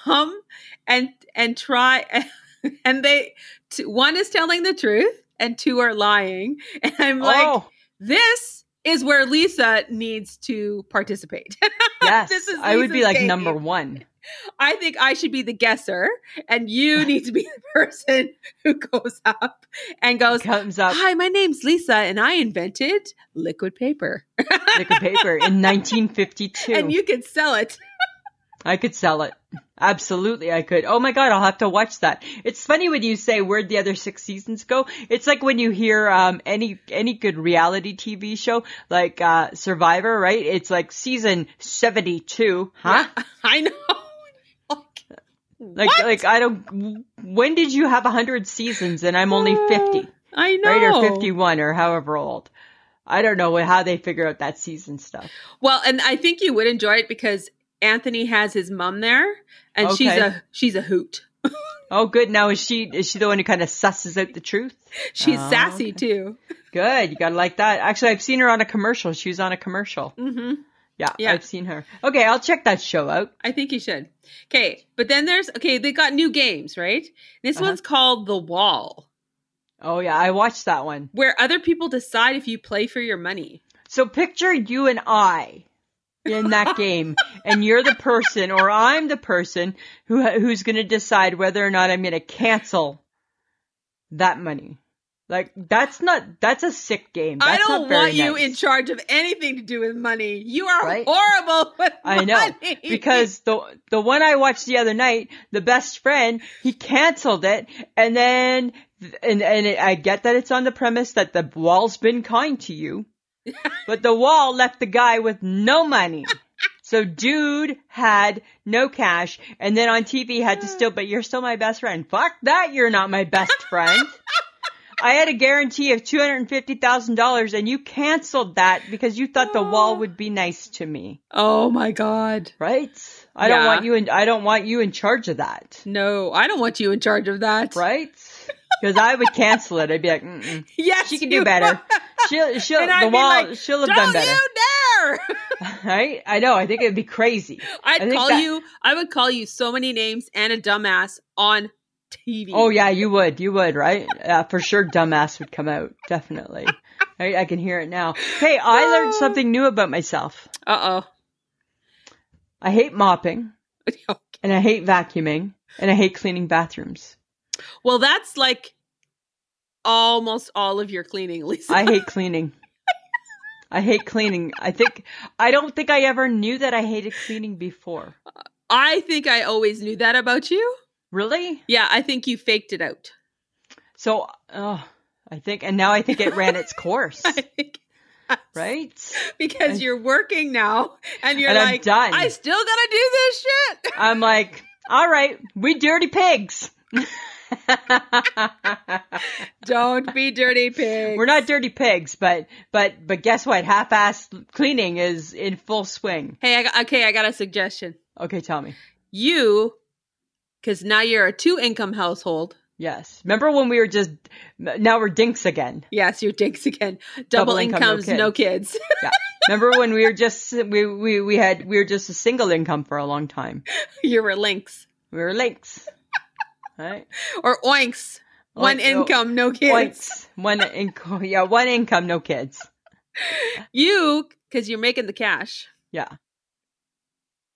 A: come and and try, and they t- one is telling the truth and two are lying, and I'm like,
B: oh
A: this is where Lisa needs to participate.
B: yes.
A: this is
B: I would be
A: Lisa's
B: like
A: game.
B: number one.
A: I think I should be the guesser, and you need to be the person who goes up and goes.
B: Comes up
A: Hi, my name's Lisa, and I invented liquid paper,
B: liquid paper in 1952.
A: and you can sell it.
B: I could sell it. Absolutely, I could. Oh my god, I'll have to watch that. It's funny when you say where'd the other six seasons go. It's like when you hear um, any any good reality TV show like uh, Survivor, right? It's like season seventy two, huh?
A: Yeah, I know. Like,
B: Like,
A: What?
B: like I don't. When did you have hundred seasons and I'm
A: Uh,
B: only fifty,
A: I know.
B: right, or fifty-one, or however old? I don't know how they figure out that season stuff.
A: Well, and I think you would enjoy it because Anthony has his mom there, and she's
B: Okay.
A: a she's a hoot.
B: Oh, good. Now is she is she the one who kind of susses out the truth?
A: She's
B: Oh,
A: sassy
B: okay.
A: too.
B: Good. You gotta like that. Actually, I've seen her on a commercial. She was on a commercial.
A: hmm
B: Yeah,
A: Yeah.
B: I've seen her. Okay, I'll check that show out.
A: I think you should. Okay, but then there's okay. They got new games, right? This
B: Uh-huh.
A: one's called The Wall,
B: Oh yeah, I watched that one.
A: where other people decide if you play for your money.
B: So picture you and I in that game, and you're the person, or I'm the person who who's going to decide whether or not I'm going to cancel that money. Like that's not that's a sick game. That's
A: I don't
B: not very
A: want you
B: nice.
A: in charge of anything to do with money. You are
B: Right?
A: horrible with
B: I know
A: money.
B: because the the one I watched the other night, the best friend, he canceled it, and then and and it, I get that it's on the premise that the wall's been kind to you, but the wall left the guy with no money. So dude had no cash, and then on TV had to still. But you're still my best friend. Fuck that! You're not my best friend. I had a guarantee of two hundred and fifty thousand dollars, and you canceled that because you thought the wall would be nice to me.
A: oh my god,
B: Right? I
A: Yeah.
B: don't want you in I don't want you in charge of that.
A: no, I don't want you in charge of that.
B: Right? Because I would cancel it. I'd be like, Mm-mm.
A: Yes,
B: she can
A: you-
B: do better. She'll she'll
A: And I'd
B: the
A: be
B: wall
A: like,
B: she'll have
A: Don't
B: done better.
A: you dare!
B: Right? I know. I think it'd be crazy. I
A: I'd
B: think
A: call
B: that-
A: you. I would call you so many names and a dumbass on TV.
B: Oh yeah, you would. You would, right? Uh, for sure dumbass would come out. Definitely. Right? I can hear it now. Hey, I learned
A: Oh.
B: something new about myself.
A: Uh
B: I hate mopping
A: oh.
B: and I hate vacuuming and I hate cleaning bathrooms.
A: Well, that's like almost all of your cleaning, Lisa.
B: I hate cleaning. I hate cleaning. I think I don't think I ever knew that I hated cleaning before.
A: I think I always knew that about you.
B: Really?
A: Yeah, I think you faked it out.
B: So, oh, I think, and now I think it ran its course,
A: I think
B: right?
A: because
B: I-
A: you're working now and you're
B: And I'm
A: like,
B: done.
A: I still gotta do this shit.
B: I'm like, all right, we dirty pigs.
A: Don't be dirty pig.
B: We're not dirty pigs, but but but guess what? Half-ass cleaning is in full swing.
A: Hey, I got, okay, I got a suggestion.
B: Okay, tell me.
A: You, because now you're a two income household.
B: Yes. Remember when we were just now we're dinks again.
A: Yes, your dinks again. Double,
B: Double income, no
A: incomes, no kids.
B: Remember when we were just we we we had we were just a single income for a long time.
A: you were links
B: We were links, right?
A: or oinks. One
B: Oink-
A: income, no
B: oh,
A: kids.
B: oinks. one income. Yeah, one income, no kids.
A: You, because you're making the cash.
B: Yeah,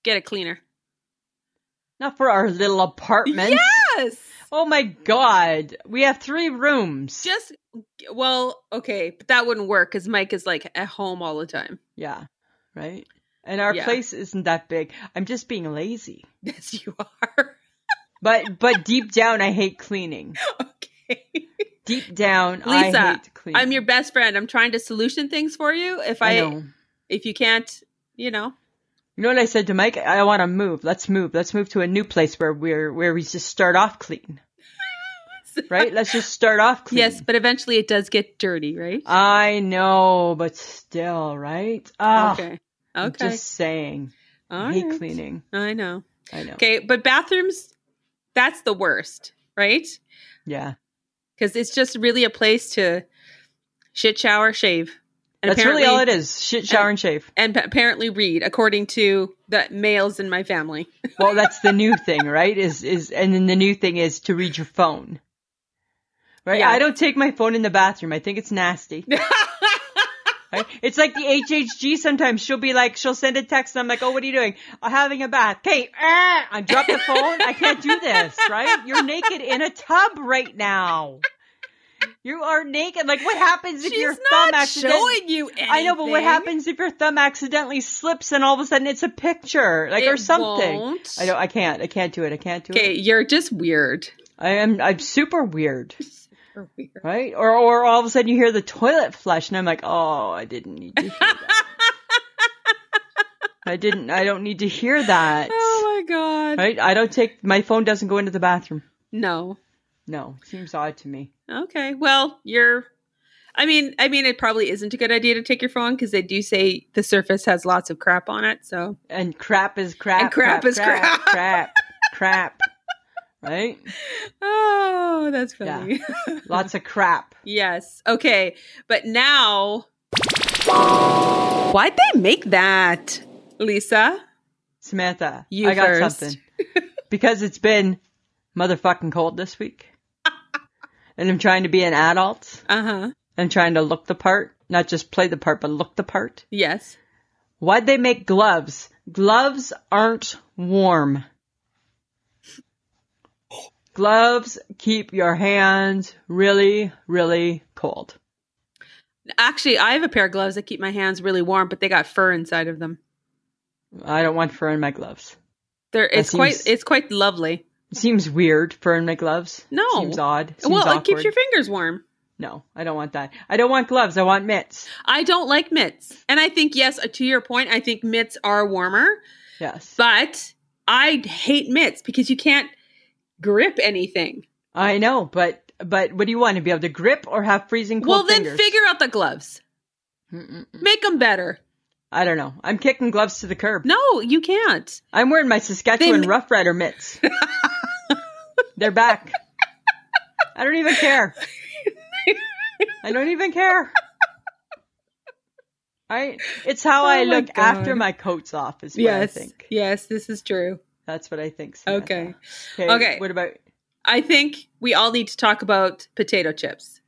A: Get a cleaner.
B: not for our little apartment.
A: Yes.
B: Oh my god, we have three rooms.
A: Just well, okay, but that wouldn't work because Mike is like at home all the time.
B: yeah, right. And our
A: Yeah.
B: place isn't that big. I'm just being lazy.
A: Yes, you are.
B: But but deep down, I hate cleaning.
A: okay.
B: Deep down,
A: Lisa,
B: I hate cleaning.
A: I'm your best friend. I'm trying to solution things for you. If
B: I
A: I,
B: know.
A: if you can't, you know.
B: You know what I said to Mike? I want to move. Let's move. Let's move to a new place where we're where we just start off clean, right? Let's just start off clean.
A: Yes, but eventually it does get dirty, right?
B: I know, but still, right? Ah,
A: okay.
B: I'm
A: Okay.
B: Just saying.
A: All
B: I hate
A: right.
B: cleaning.
A: I know.
B: I know.
A: Okay, but bathrooms, that's the worst, right?
B: Yeah.
A: Because it's just really a place to shit, shower, shave. And
B: That's really all it is. Shit, shower, and shave.
A: And pa- apparently read, according to the males in my family.
B: Well, that's the new thing, right? Is is and then the new thing is to read your phone. Right?
A: Yeah.
B: I don't take my phone in the bathroom. I think it's nasty. Right? It's like the HHG sometimes. She'll be like, she'll send a text and I'm like, oh, what are you doing? I'm having a bath. Kate, ah, I dropped the phone. I can't do this, right? You're naked in a tub right now. You are naked. Like, what happens if
A: She's
B: your
A: not
B: thumb accidentally?
A: showing you anything.
B: I know, but what happens if your thumb accidentally slips and all of a sudden it's a picture, like, or
A: It
B: something?
A: won't.
B: I don't, I can't, I can't do it. I can't do
A: Okay,
B: it.
A: you're just weird.
B: I am, I'm super weird,
A: You're weird.
B: right? Or, or all of a sudden you hear the toilet flush and I'm like, oh, I didn't need to hear that. I didn't, I don't need to hear that.
A: Oh God.
B: Right? I don't take my phone doesn't go into the bathroom.
A: No.
B: No, seems odd to me.
A: Okay. Well, you're. I mean, I mean, it probably isn't a good idea to take your phone because they do say the Surface has lots of crap on it. So
B: And crap is crap.
A: And crap is crap.
B: Crap. crap. Right?
A: Oh, that's funny.
B: Lots of crap.
A: yes. Okay. But now. Why'd they make that, Lisa?
B: Samantha,
A: You
B: I got
A: first.
B: something. Because it's been motherfucking cold this week. and I'm trying to be an adult.
A: Uh huh.
B: I'm trying to look the part. Not just play the part, but look the part.
A: Yes.
B: Why'd they make gloves? Gloves aren't warm. Gloves keep your hands really, really cold.
A: Actually, I have a pair of gloves that keep my hands really warm, but they got fur inside of them.
B: I don't want fur in my gloves.
A: They're it's
B: seems-
A: quite it's quite lovely.
B: Seems weird, fur in my gloves.
A: No.
B: Seems odd. Seems
A: well, it
B: awkward.
A: keeps your fingers warm.
B: No, I don't want that. I don't want gloves. I want mitts.
A: I don't like mitts. And I think, yes, to your point, I think mitts are warmer,
B: Yes.
A: but I hate mitts because you can't grip anything.
B: I know, but but what do you want to be able to grip or have freezing cold
A: well, then
B: fingers?
A: figure out the gloves.
B: Mm-mm-mm.
A: Make them better.
B: I don't know. I'm kicking gloves to the curb.
A: No, you can't.
B: I'm wearing my Saskatchewan
A: They-
B: Rough Rider mitts. They're back. I don't even care. I don't even care. I it's how
A: Oh my
B: I look after
A: God.
B: my coat's off is what
A: yes.
B: I think.
A: Yes, this is true.
B: That's what I think. Samantha.
A: Okay.
B: okay.
A: Okay.
B: What about
A: I think we all need to talk about potato chips.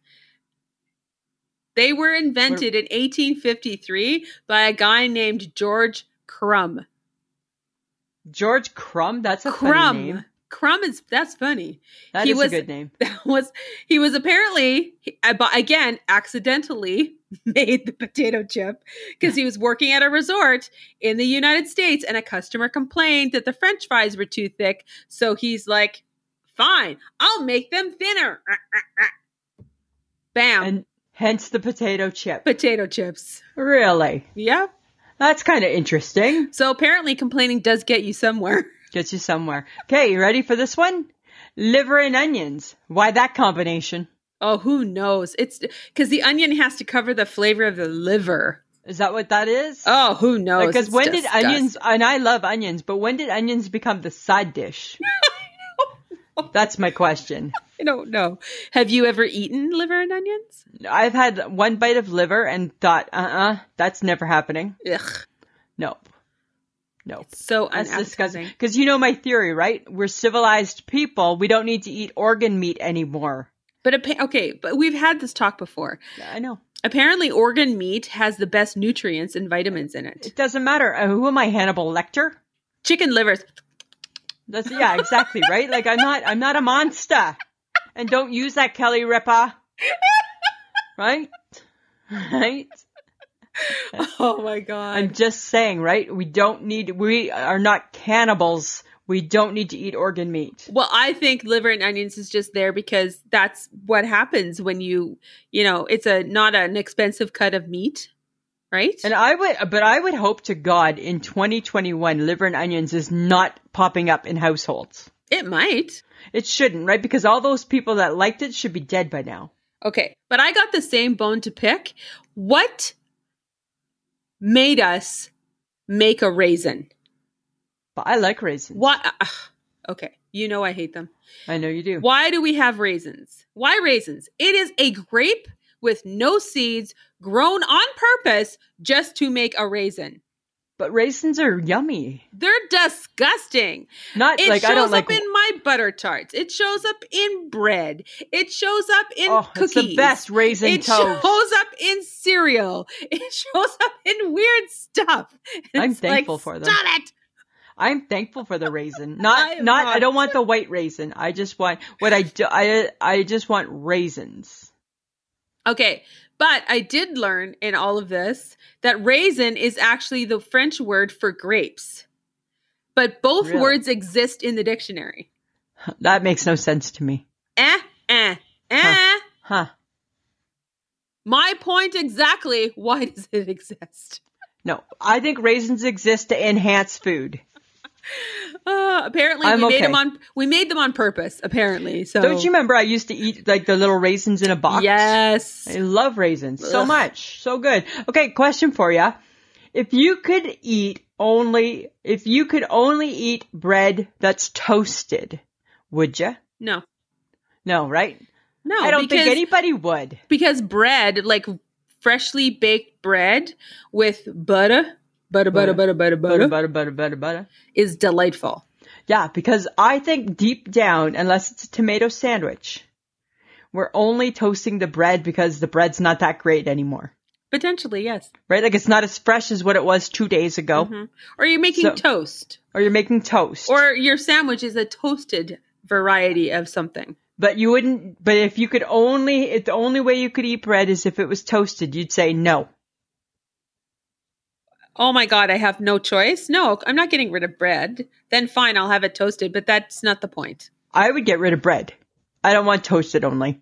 A: They were invented in 1853 by a guy named George Crumb.
B: George Crumb? That's a funny
A: Crumb.
B: name.
A: Crumb is that's funny.
B: That is
A: He was-
B: a good name.
A: that was he was apparently he- uh, but again accidentally made the potato chip because he was working at a resort in the united states and a customer complained that the french fries were too thick so he's like fine i'll make them thinner bam
B: And hence the potato chip.
A: potato chips
B: Really?
A: yeah
B: That's kind of interesting.
A: so apparently complaining does get you somewhere
B: Gets you somewhere. Okay, you ready for this one? Liver and onions. Why that combination?
A: oh who knows it's because the onion has to cover the flavor of the liver
B: Is that what that is?
A: oh who knows
B: because
A: It's
B: when did
A: disgusting.
B: onions? And I love onions, but when did onions become the side dish? That's my question.
A: I don't know. Have you ever eaten liver and onions?
B: I've had one bite of liver and thought, uh, uh that's never happening.
A: Ugh,
B: Nope, nope.
A: so
B: That's disgusting.
A: unappetizing.
B: Because you know my theory, right? We're civilized people. We don't need to eat organ meat anymore.
A: But appa- okay, but we've had this talk before.
B: I know.
A: Apparently, organ meat has the best nutrients and vitamins in it.
B: It doesn't matter. Uh, who am I, Hannibal Lecter?
A: Chicken livers.
B: That's yeah, exactly, right? Like I'm not I'm not a monster. And don't use that Kelly Ripa. Right? Right?
A: Oh my god.
B: I'm just saying, right? We don't need we are not cannibals. We don't need to eat organ meat.
A: well, I think liver and onions is just there because that's what happens when you, you know, it's a not an expensive cut of meat, right?
B: And I would but I would hope to God in 2021 liver and onions is not popping up in households.
A: it might.
B: It shouldn't, right? Because all those people that liked it should be dead by now.
A: Okay, but I got the same bone to pick. What made us make a raisin?
B: But I like raisins.
A: Why? ugh, okay, you know I hate them.
B: I know you do.
A: Why do we have raisins? Why raisins? It is a grape with no seeds grown on purpose just to make a raisin.
B: But raisins are yummy.
A: They're disgusting.
B: Not
A: It
B: like
A: shows
B: I don't
A: up
B: like
A: in my butter tarts. It shows up in bread. It shows up in
B: oh,
A: cookies.
B: It's the best raisin
A: It
B: toast.
A: shows up in cereal. It shows up in weird stuff. And
B: I'm
A: it's like,
B: thankful for them.
A: Stop it.
B: I'm thankful for the raisin. Not
A: I'm
B: not
A: not.
B: I don't want the white raisin. I just want what I do, I I just want raisins.
A: Okay, but I did learn in all of this that raisin is actually the French word for grapes. But both
B: Really?
A: words exist in the dictionary.
B: That makes no sense to me.
A: Eh, eh, eh.
B: Huh. Huh.
A: My point exactly. Why does it exist?
B: No. I think raisins exist to enhance food.
A: Uh, apparently,
B: I'm
A: we made
B: okay.
A: them on. We made them on purpose. Apparently, so
B: Don't you remember I used to eat like the little raisins in a box?
A: Yes.
B: I love raisins so
A: Ugh.
B: much. So good. Okay, question for you. If you could eat only, if you could only eat bread that's toasted, would you?
A: No.
B: No, right?
A: No.
B: I don't
A: because,
B: think anybody would.
A: because bread, like freshly baked bread with butter, butter, butter,
B: Butter.
A: butter, butter, butter,
B: Butter, butter, butter, butter, butter.
A: is delightful.
B: Yeah, because I think deep down, unless it's a tomato sandwich, we're only toasting the bread because the bread's not that great anymore.
A: Potentially, yes.
B: Right? Like it's not as fresh as what it was two days ago.
A: Mhm. Or you're making
B: So-
A: toast,
B: Or you're making toast.
A: or your sandwich is a toasted variety of something.
B: But you wouldn't, but if you could only, if the only way you could eat bread is if it was toasted, you'd say no.
A: Oh my god, I have no choice. No, I'm not getting rid of bread. Then fine, I'll have it toasted, but that's not the point.
B: I would get rid of bread. I don't want toasted only.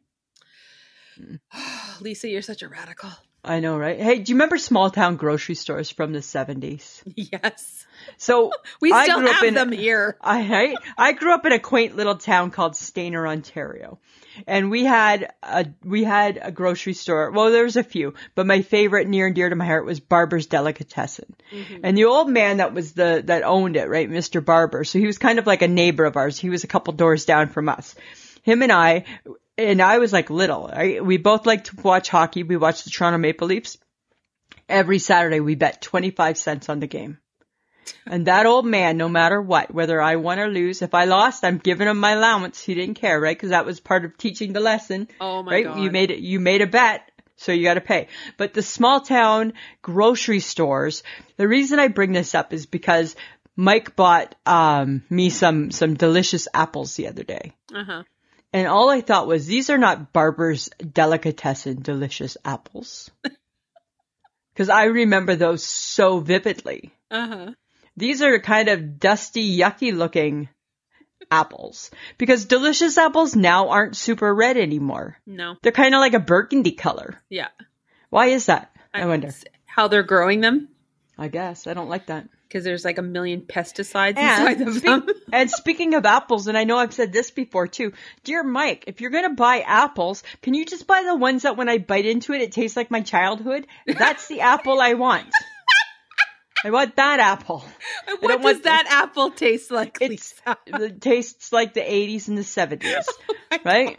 A: Lisa, you're such a radical.
B: I know, right? Hey, do you remember small town grocery stores from the 70s?
A: Yes.
B: So
A: We
B: I
A: still
B: grew up
A: have
B: in-
A: them here.
B: I, I I grew up in a quaint little town called Stainer, Ontario, and we had a we had a grocery store. Well, there was a few, but my favorite, near and dear to my heart, was Barber's Delicatessen. And the old man that was the that owned it, right, Mister Barber. So he was kind of like a neighbor of ours. He was a couple doors down from us. Him and I, and I was like little. I, we both liked to watch hockey. We watched the Toronto Maple Leafs every Saturday. We bet twenty five cents on the game. And that old man, no matter what, whether I won or lose, if I lost, I'm giving him my allowance. He didn't care, right? Because that was part of teaching the lesson.
A: Oh my
B: right?
A: god.
B: You made it. You made a bet, so you got to pay. But the small town grocery stores. The reason I bring this up is because Mike bought um, me some some delicious apples the other day.
A: uh-huh.
B: And all I thought was, these are not Barber's delicatessen delicious apples. Because I remember those so vividly
A: Uh-huh.
B: these are kind of dusty, yucky looking apples because delicious apples now aren't super red anymore.
A: No.
B: They're kind of like a burgundy color.
A: Yeah.
B: Why is that? I, wonder.
A: It's How they're growing them
B: I guess I don't like that.
A: because there's like a million pesticides inside
B: And,
A: of
B: spe-
A: them.
B: and speaking of apples, and I know I've said this before too, dear Mike, if you're gonna buy apples, can you just buy the ones that when I bite into it, it tastes like my childhood? That's the apple I want. I want that apple. I
A: what
B: don't
A: does
B: want-
A: that apple taste like,
B: It's-
A: Lisa?
B: It tastes like the 80s and the 70s, right?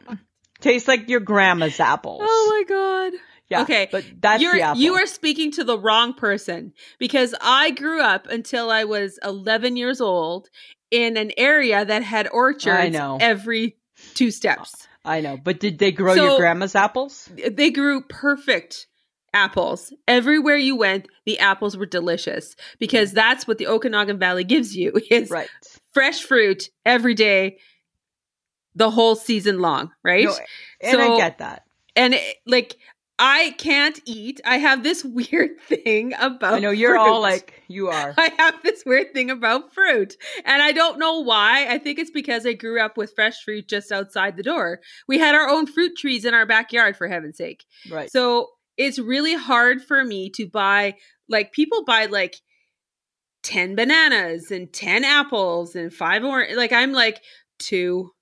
B: Tastes like your grandma's apples.
A: Oh my god.
B: yeah,
A: okay,
B: but that's
A: You're,
B: the apple.
A: you are speaking to the wrong person because I grew up until I was 11 years old in an area that had orchards
B: know.
A: every two steps.
B: I know, but did they grow
A: So-
B: your grandma's apples?
A: They grew perfect apples. Everywhere you went, the apples were delicious because that's what the Okanagan Valley gives you is
B: Right.
A: fresh fruit every day the whole season long, right?
B: No, and
A: So-
B: I get that.
A: and it, like I can't eat. I have this weird thing about
B: I know you're all
A: fruit.
B: like you are.
A: I have this weird thing about fruit, and I don't know why. I think it's because I grew up with fresh fruit just outside the door. We had our own fruit trees in our backyard, for heaven's sake.
B: Right.
A: So it's really hard for me to buy, like, people buy like 10 bananas and 10 apples and five or like, I'm like two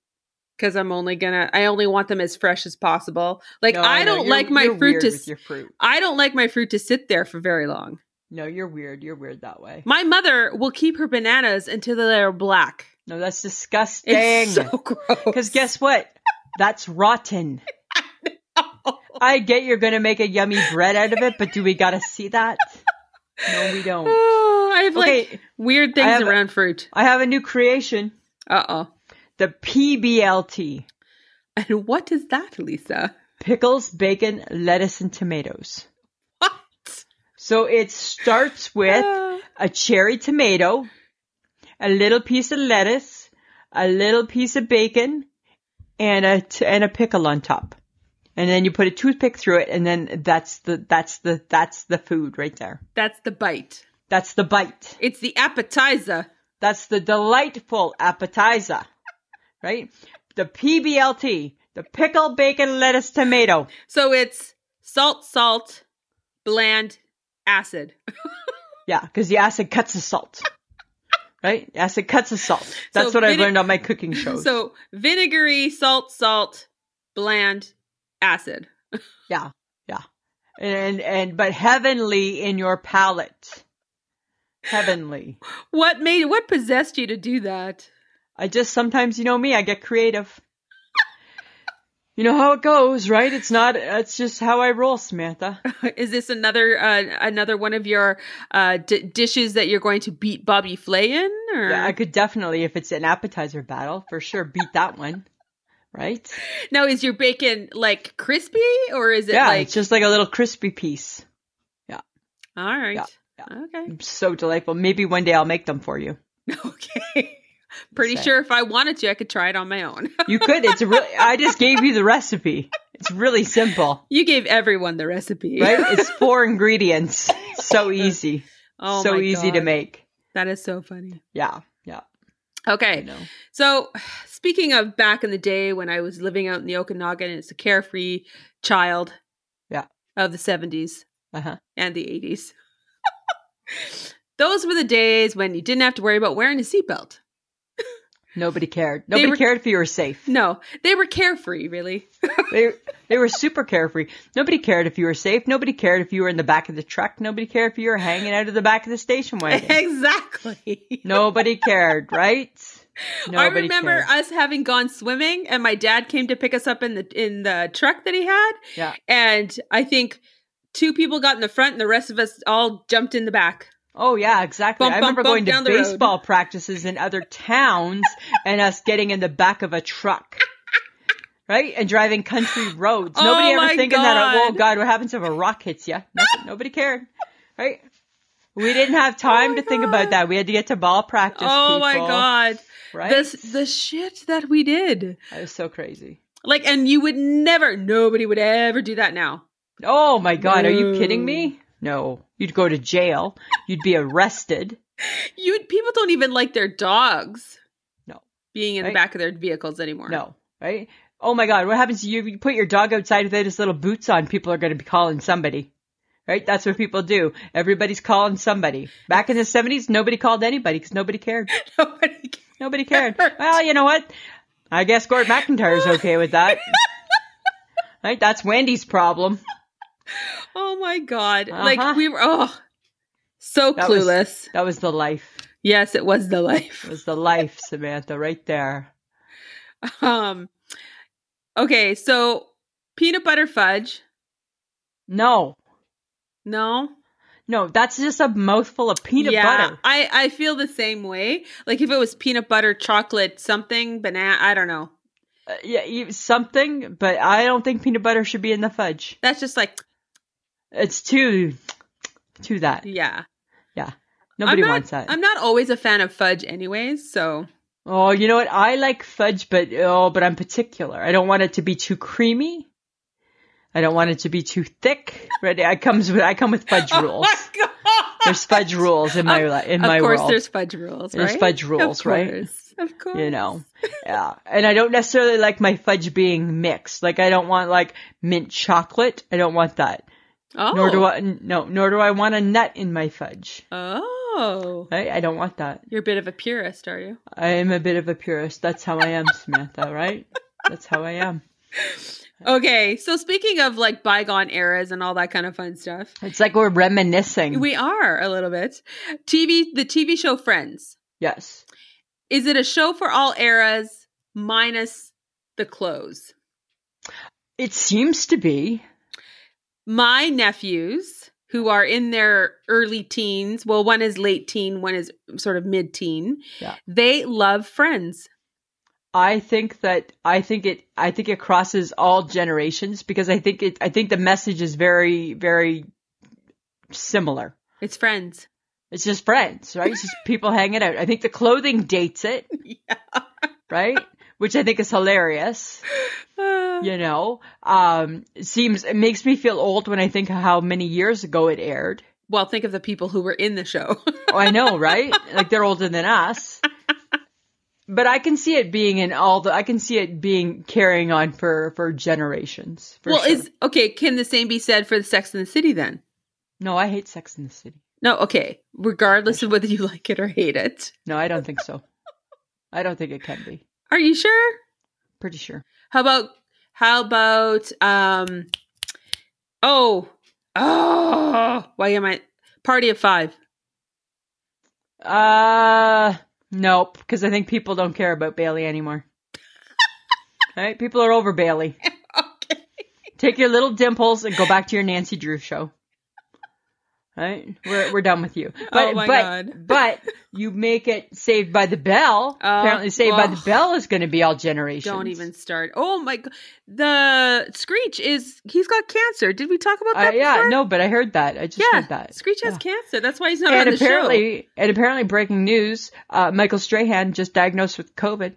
A: because I'm only gonna, I only want them as fresh as possible. Like,
B: No,
A: I,
B: know.
A: don't
B: You're-
A: like my
B: you're
A: fruit
B: weird
A: to,
B: with your fruit.
A: I don't like my fruit to sit there for very long.
B: No, you're weird. You're weird that way.
A: My mother will keep her bananas until they're black.
B: No, that's disgusting.
A: It's
B: Because
A: so gross.
B: guess what? That's rotten. I get you're gonna make a yummy bread out of it, but do we gotta see that? No, we don't.
A: Oh, I have
B: Okay,
A: like weird
B: I
A: things
B: have a-
A: around fruit.
B: I have a new creation.
A: Uh oh.
B: The PBLT.
A: And what is that, Lisa?
B: Pickles, bacon, lettuce, and tomatoes.
A: What?
B: So it starts with
A: Uh,
B: a cherry tomato, a little piece of lettuce, a little piece of bacon, and a t- and a pickle on top. And then you put a toothpick through it, and then that's the that's the that's the food right there.
A: that's the bite.
B: That's the bite.
A: It's the appetizer.
B: That's the delightful appetizer, right? The PBLT, the pickle, bacon, lettuce, tomato.
A: So it's salt, salt, bland, acid.
B: Yeah, because the acid cuts the salt. right? Yes, it cuts the salt. That's
A: So
B: what I
A: vine-
B: learned on my cooking shows.
A: So vinegary, salt, salt, bland, acid.
B: and and but heavenly in your palate. Heavenly.
A: What made what possessed you to do that?
B: I just sometimes, you know me, I get creative. You know how it goes, right? It's not. It's just how I roll, Samantha.
A: Is this another uh, another one of your uh, d- dishes that you're going to beat Bobby Flay in? Or?
B: Yeah, I could definitely, if it's an appetizer battle, for sure beat that one, right?
A: Now, is your bacon like crispy or is it
B: yeah,
A: like
B: it's just like a little crispy piece.
A: all right?
B: yeah, yeah.
A: Okay.
B: So delightful. Maybe one day I'll make them for you.
A: Okay. Pretty
B: Say.
A: sure if I wanted to, I could try it on my own.
B: You could. It's a really. I just gave you the recipe. It's really simple,
A: you gave everyone the recipe,
B: right? It's four ingredients. So easy.
A: Oh,
B: so
A: my
B: easy to
A: God.
B: make.
A: That is so funny.
B: Yeah. Yeah. I
A: Okay.
B: know.
A: So, speaking of back in the day when I was living out in the Okanagan as a carefree child
B: Yeah.
A: of the 70s
B: Uh huh.
A: and the 80s, those were the days when you didn't have to worry about wearing a seatbelt.
B: Nobody cared.
A: They
B: Nobody
A: were-
B: cared if you were safe.
A: No, they were carefree, really.
B: They they were super carefree. Nobody cared if you were safe. Nobody cared if you were in the back of the truck. Nobody cared if you were hanging out of the back of the station wagon.
A: exactly.
B: Nobody cared, right? Nobody
A: I remember
B: cared.
A: us having gone swimming and my dad came to pick us up in the in the truck that he had.
B: Yeah.
A: And I think two people got in the front and the rest of us all jumped in the back.
B: Oh yeah, exactly.
A: Bump,
B: I
A: bump,
B: remember
A: bump
B: going to
A: down the road.
B: baseball practices in other towns and us getting in the back of a truck. Right? And driving country roads.
A: Oh,
B: Nobody ever
A: my
B: thinking that oh
A: God.
B: god, what happens if a rock hits you? Nothing, nobody cared. Right? We didn't have time
A: Oh my
B: to think about
A: God.
B: that. We had to get to ball practice.
A: oh my
B: people,
A: god.
B: Right?
A: This the shit that we did.
B: That was so crazy.
A: Like and you would never nobody would ever do that now.
B: Oh my god, are you kidding
A: No.
B: me? No. You'd go to jail. You'd be arrested.
A: You people don't even like their dogs.
B: No.
A: Being in
B: Right?
A: the back of their vehicles anymore.
B: No, right? Oh my God, what happens to you? If you put your dog outside without his little boots on, people are going to be calling somebody. Right? That's what people do. Everybody's calling somebody. Back in the 70s, nobody called anybody because nobody cared.
A: Nobody cares.
B: Nobody cared. well, you know what? I guess Gord McIntyre's okay with that. right? That's Wendy's problem.
A: Oh my god.
B: Uh-huh.
A: Like we were oh so
B: That was-
A: clueless.
B: That was the life.
A: Yes, it was the
B: It
A: life.
B: was the life, Samantha, right there.
A: Um Okay, so peanut butter fudge.
B: No,
A: No.
B: no, that's just a mouthful of peanut butter.
A: I I feel the same way. Like if it was peanut butter, chocolate, something, banana, I don't know.
B: Uh, yeah, you- something, but I don't think peanut butter should be in the fudge.
A: That's just like
B: It's too too that.
A: yeah.
B: Nobody
A: I'm not,
B: wants that.
A: I'm not always a fan of fudge anyways, so
B: Oh, you know what? I like fudge, but oh, but I'm particular. I don't want it to be too creamy. I don't want it to be too thick. Right? I comes with I come with fudge rules.
A: Oh god.
B: There's fudge rules in my li- in
A: of
B: my
A: course
B: world.
A: there's fudge rules, right?
B: There's fudge rules,
A: of
B: right?
A: course. Of course.
B: You know. Yeah. And I don't necessarily like my fudge being mixed. Like I don't want like mint chocolate. I don't want that.
A: Oh.
B: Nor do I no, nor do I want a nut in my fudge.
A: Oh.
B: Right? I don't want that.
A: You're a bit of a purist, are you?
B: I am a bit of a purist. That's how I am, Samantha, right? That's how I am.
A: Okay, so speaking of like bygone eras and all that kind of fun stuff,
B: It's like we're reminiscing.
A: we are a little bit. TV, the TV show Friends.
B: yes.
A: Is it a show for all eras minus the clothes?
B: It seems to be.
A: My nephews, who are in their early teens, well, one is late teen, one is sort of mid teen,
B: Yeah.
A: they love Friends.
B: I think that I think it I think it crosses all generations because I think it I think the message is very very similar.
A: It's Friends.
B: It's just friends, right? It's just people hanging out. I think the clothing dates it,
A: yeah.
B: right? Which I think is hilarious.
A: Uh,
B: You know, um, it seems it makes me feel old when I think how many years ago it aired.
A: Well, think of the people who were in the show.
B: Oh, I know, right? like they're older than us. But I can see it being in all the. I can see it being carrying on for for generations. For
A: well,
B: sure.
A: is okay. Can the same be said for the Sex in the City then?
B: no, I hate Sex in the City.
A: No, okay. Regardless of whether you like it or hate it.
B: No, I don't think so. I don't think it can be.
A: Are you sure?
B: Pretty sure.
A: How about how about um oh oh why am I party of five?
B: Uh, nope, because I think people don't care about Bailey anymore. right? People are over Bailey.
A: Okay.
B: Take your little dimples and go back to your Nancy Drew show. Right? We're we're done with you. But
A: Oh my
B: but
A: God.
B: but you make it Saved by the Bell.
A: Oh,
B: Apparently Saved by the
A: ugh.
B: Bell is going to be all generations.
A: Don't even start. Oh my god. The Screech is he's got cancer. Did we talk about
B: Uh,
A: that?
B: yeah,
A: before?
B: no, but I heard that. I just
A: Yeah,
B: heard that.
A: Screech has
B: Yeah.
A: cancer. That's why he's not
B: And
A: on the show.
B: apparently, and apparently, breaking news: uh, Michael Strahan just diagnosed with COVID.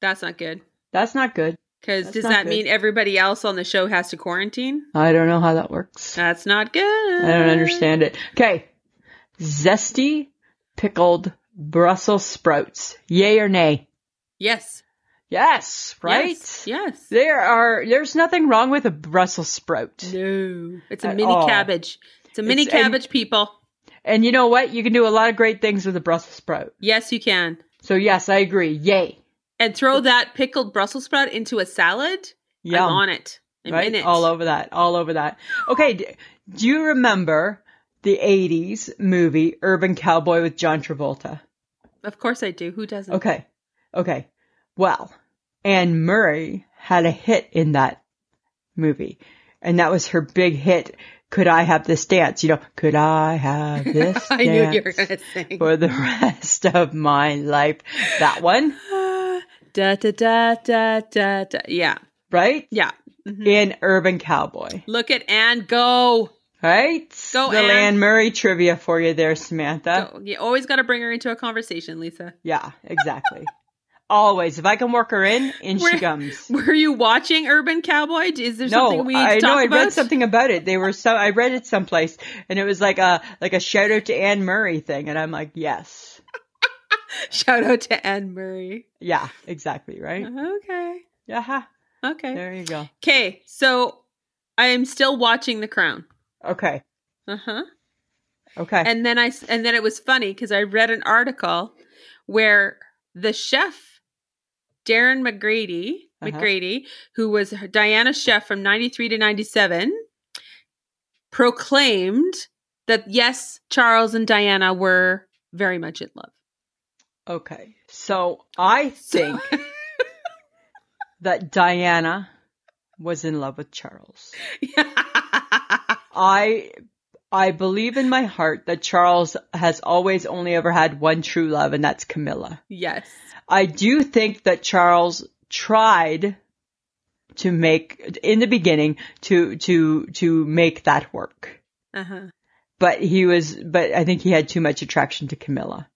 A: That's not good.
B: That's not good.
A: Because
B: That's
A: does
B: not
A: that
B: good.
A: mean everybody else on the show has to quarantine?
B: I don't know how that works.
A: That's not good.
B: I don't understand it. Okay. Zesty pickled Brussels sprouts. Yay or nay?
A: Yes.
B: Yes, right?
A: Yes. yes.
B: There are there's nothing wrong with a Brussels sprout.
A: No. It's a
B: At
A: mini
B: all.
A: cabbage. It's a mini
B: It's- and-
A: cabbage, people.
B: And you know what? You can do a lot of great things with a Brussels sprout.
A: Yes, you can.
B: So yes, I agree. Yay.
A: And throw that pickled Brussels sprout into a salad.
B: Yum.
A: I'm on it. I'm
B: right?
A: in it.
B: All over that. All over that. Okay, d- do you remember the 80s movie Urban Cowboy with John Travolta?
A: Of course I do. Who doesn't?
B: Okay. Okay. Well, Anne Murray had a hit in that movie. And that was her big hit. Could I have this dance? You know, could I have this
A: I
B: dance
A: knew you were going to sing.
B: for the rest of my life? That one,
A: Ah, da da da da da da. Yeah.
B: right?
A: Yeah. Mhm.
B: In Urban Cowboy,
A: Look at Anne go.
B: right?
A: Go,
B: the
A: Anne.
B: Anne Murray trivia for you there, Samantha.
A: go. You always got to bring her into a conversation, Lisa.
B: Yeah, exactly. Always, if I can work her in, in
A: We're-
B: she comes.
A: Were you watching Urban Cowboy? Is there something we need to
B: I
A: talk
B: know.
A: about?
B: I read something about it. They were so I read it someplace, and it was like a like a shout out to Anne Murray thing, and I'm like, yes,
A: Shout out to Anne Murray. Uh-huh,
B: yeah, exactly, right,
A: Okay.
B: yeah, ha,
A: Okay.
B: there you go.
A: Okay. So I am still watching The Crown.
B: Okay,
A: Uh huh.
B: okay,
A: And then I s- and then it was funny because I read an article where the chef Darren McGrady
B: Uh-huh.
A: McGrady, who was Diana's chef from '93 to '97, proclaimed that yes, Charles and Diana were very much in love.
B: okay. So I think that Diana was in love with Charles. I I believe in my heart that Charles has always only ever had one true love, and that's Camilla.
A: yes.
B: I do think that Charles tried to make in the beginning to to to make that work.
A: Uh huh.
B: But he was but I think he had too much attraction to Camilla.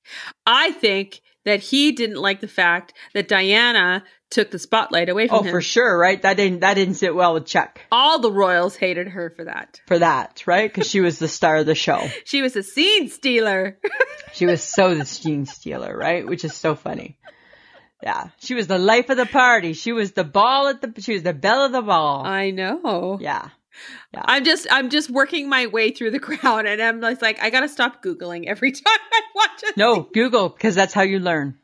A: I think that he didn't like the fact that Diana took the spotlight away from
B: Oh,
A: him.
B: for sure, right? That didn't that didn't sit well with Chuck
A: All the royals hated her for that.
B: for that, right? Cuz she was the star of the show.
A: She was a scene stealer.
B: She was so the scene stealer, right? Which is so funny. Yeah, she was the life of the party. She was the ball at the she was the belle of the ball.
A: I know.
B: yeah.
A: I'm just I'm just working my way through the crowd and I'm just like I gotta stop Googling every time I watch it.
B: No, Google, because that's how you learn.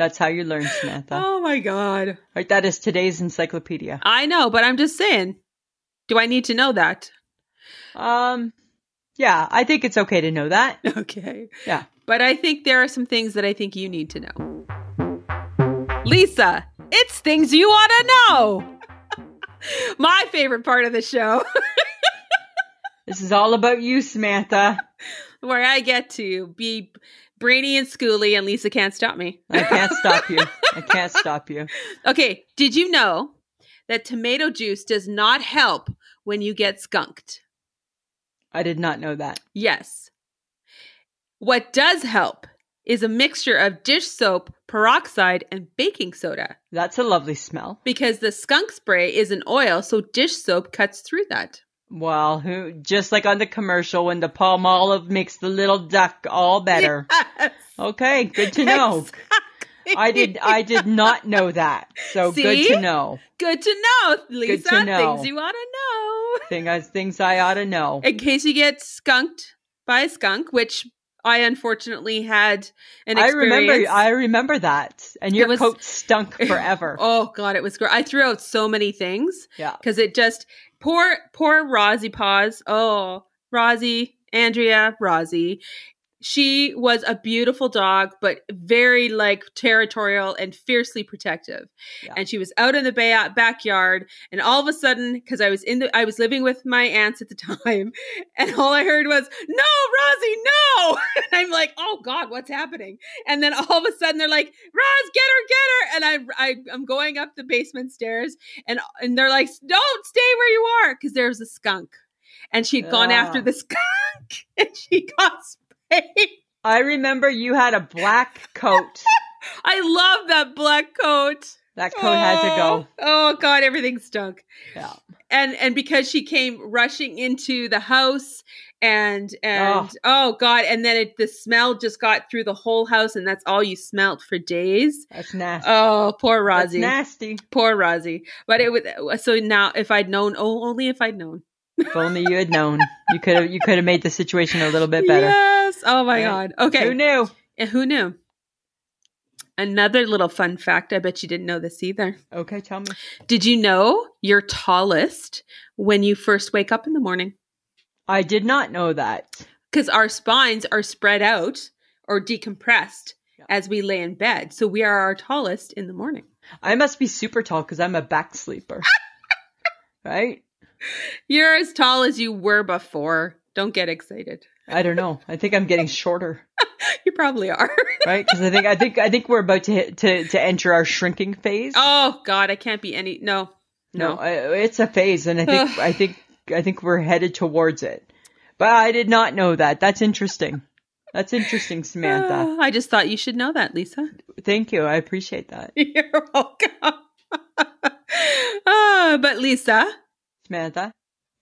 B: That's how you learn, Samantha.
A: Oh my god.
B: Right, that is today's encyclopedia.
A: I know, but I'm just saying. Do I need to know that?
B: Um, yeah, I think it's okay to know that.
A: Okay.
B: Yeah.
A: But I think there are some things that I think you need to know. Lisa, it's things you want to know. My favorite part of the show,
B: This is all about you, Samantha.
A: where I get to be brainy and schooly, and Lisa can't stop me.
B: I can't stop you. I can't stop you.
A: Okay, did you know that tomato juice does not help when you get skunked?
B: I did not know that.
A: Yes. What does help is a mixture of dish soap, peroxide, and baking soda.
B: That's a lovely smell.
A: because the skunk spray is an oil, so dish soap cuts through that.
B: Well, who just like on the commercial when the palm olive makes the little duck all better.
A: Yes.
B: Okay, good to know.
A: Exactly.
B: I did I did not know that. So good
A: See?
B: to know.
A: Good to know, Lisa.
B: know.
A: Things you want to know.
B: Thing I, things I ought to know.
A: In case you get skunked by a skunk, which I unfortunately had an
B: I
A: experience.
B: remember. I remember that. And your
A: It was-
B: coat stunk forever.
A: Oh god, it was great. I threw out so many things
B: Yeah.
A: because it just poor poor Rosie Paws. Oh, Rosie, Andrea, Rosie. She was a beautiful dog, but very like territorial and fiercely protective.
B: Yeah.
A: And she was out in the bay- backyard, and all of a sudden, because I was in the, I was living with my aunts at the time, and all I heard was "No, Rosie, no!" And I'm like, "Oh God, what's happening?" And then all of a sudden, they're like, "Roz, get her, get her!" And I, I I'm going up the basement stairs, and and they're like, "Don't stay where you are," because there was a skunk, and she had gone
B: Ah.
A: after the skunk, and she got sprayed.
B: I remember you had a black coat.
A: I love that black coat.
B: That coat had to go.
A: Oh God, everything stunk.
B: Yeah.
A: And and because she came rushing into the house and and oh, God, and then it the smell just got through the whole house and that's all you smelt for days.
B: That's nasty.
A: Oh, poor
B: That's
A: Rosie.
B: nasty.
A: poor Rosie. But it was so now if I'd known, oh only if I'd known.
B: If only you had known. You could have you could have made the situation a little bit better.
A: Yes. Oh my
B: Yeah.
A: God. Okay.
B: Who knew?
A: And who knew? Another little fun fact. I bet you didn't know this either.
B: Okay, tell me.
A: Did you know you're tallest when you first wake up in the morning?
B: I did not know that.
A: Because our spines are spread out or decompressed
B: Yeah.
A: as we lay in bed. So we are our tallest in the morning.
B: I must be super tall because I'm a back sleeper. right?
A: You're as tall as you were before. Don't get excited.
B: I don't know. I think I'm getting shorter.
A: You probably are.
B: Right? Because I think I think I think we're about to hit, to to enter our shrinking phase.
A: oh, God, I can't be any. No.
B: No, I, it's a phase, and I think I think I think we're headed towards it. But I did not know that. That's interesting. That's interesting, Samantha.
A: Ah, I just thought you should know that, Lisa.
B: Thank you. I appreciate that,
A: You're welcome. Ah, but Lisa,
B: Samantha.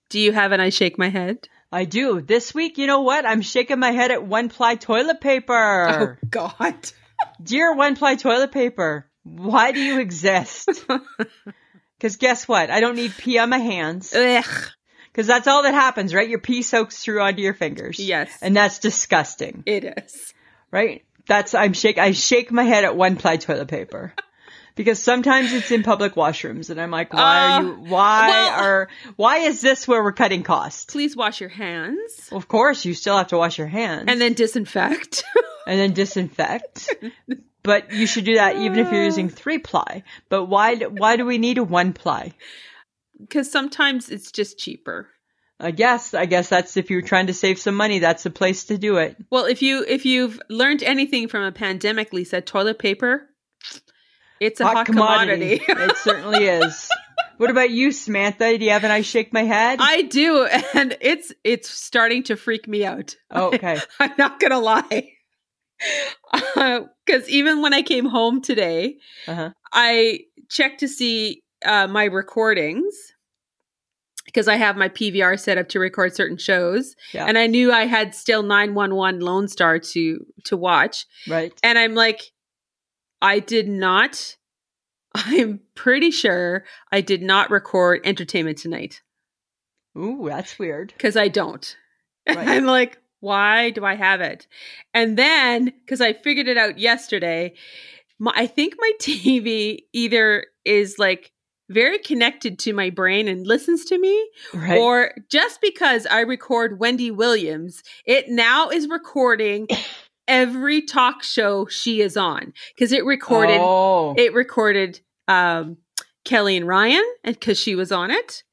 A: do you have an I shake my head?
B: I do. This week, you know what? I'm shaking my head at one ply toilet paper.
A: Oh, God.
B: Dear one ply toilet paper, why do you exist? Because guess what? I don't need pee on my hands.
A: Ugh.
B: Because that's all that happens, right? Your pee soaks through onto your fingers.
A: Yes.
B: And that's disgusting.
A: It is.
B: right? That's I'm shake I shake my head at one ply toilet paper. Because sometimes it's in public washrooms and I'm like, why
A: Uh,
B: are you why
A: well-
B: are why is this where we're cutting costs?
A: Please wash your hands
B: Of course you still have to wash your hands
A: and then disinfect.
B: and then disinfect. but you should do that even if you're
A: Uh.
B: using three ply. But why d- why do we need a one ply?
A: Because sometimes it's just cheaper.
B: I guess I guess that's if you're trying to save some money, that's the place to do it.
A: Well, if you if you've learned anything from a pandemic, Lisa, toilet paper, it's a hot, commodity.
B: it certainly is. What about you, Samantha? Do you have an I shake my head?
A: I do, and it's it's starting to freak me out.
B: Oh, okay.
A: I'm not gonna lie, because even when I came home today,
B: Uh-huh.
A: I checked to see uh, my recordings because I have my PVR set up to record certain shows,
B: Yeah.
A: and I knew I had still 911 Lone Star to to watch,
B: Right.
A: and I'm like, I did not. I'm pretty sure I did not record Entertainment Tonight
B: Ooh, that's weird.
A: because I don't. And
B: Right.
A: I'm like, why do I have it? And then, because I figured it out yesterday, my, I think my TV either is like very connected to my brain and listens to me,
B: Right.
A: or just because I record Wendy Williams, it now is recording every talk show she is on because it recorded
B: Oh,
A: it recorded um, Kelly and Ryan, and because she was on it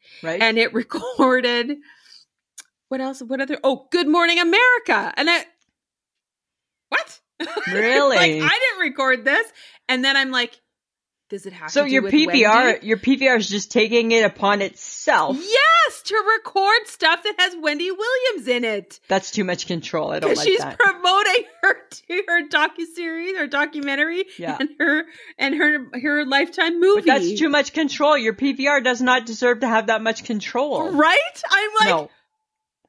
B: right.
A: and it recorded what else what other oh good morning america and i what
B: Really?
A: like i didn't record this and then i'm like does it have
B: so
A: to do
B: your
A: with
B: PVR,
A: Wendy?
B: your PVR is just taking it upon itself.
A: yes to record stuff that has wendy williams in it
B: That's too much control. I don't
A: because
B: like
A: she's
B: that.
A: promoting her to her docu-series or documentary
B: Yeah.
A: and her and her her lifetime movie
B: But that's too much control. Your PVR does not deserve to have that much control.
A: right i'm like
B: no,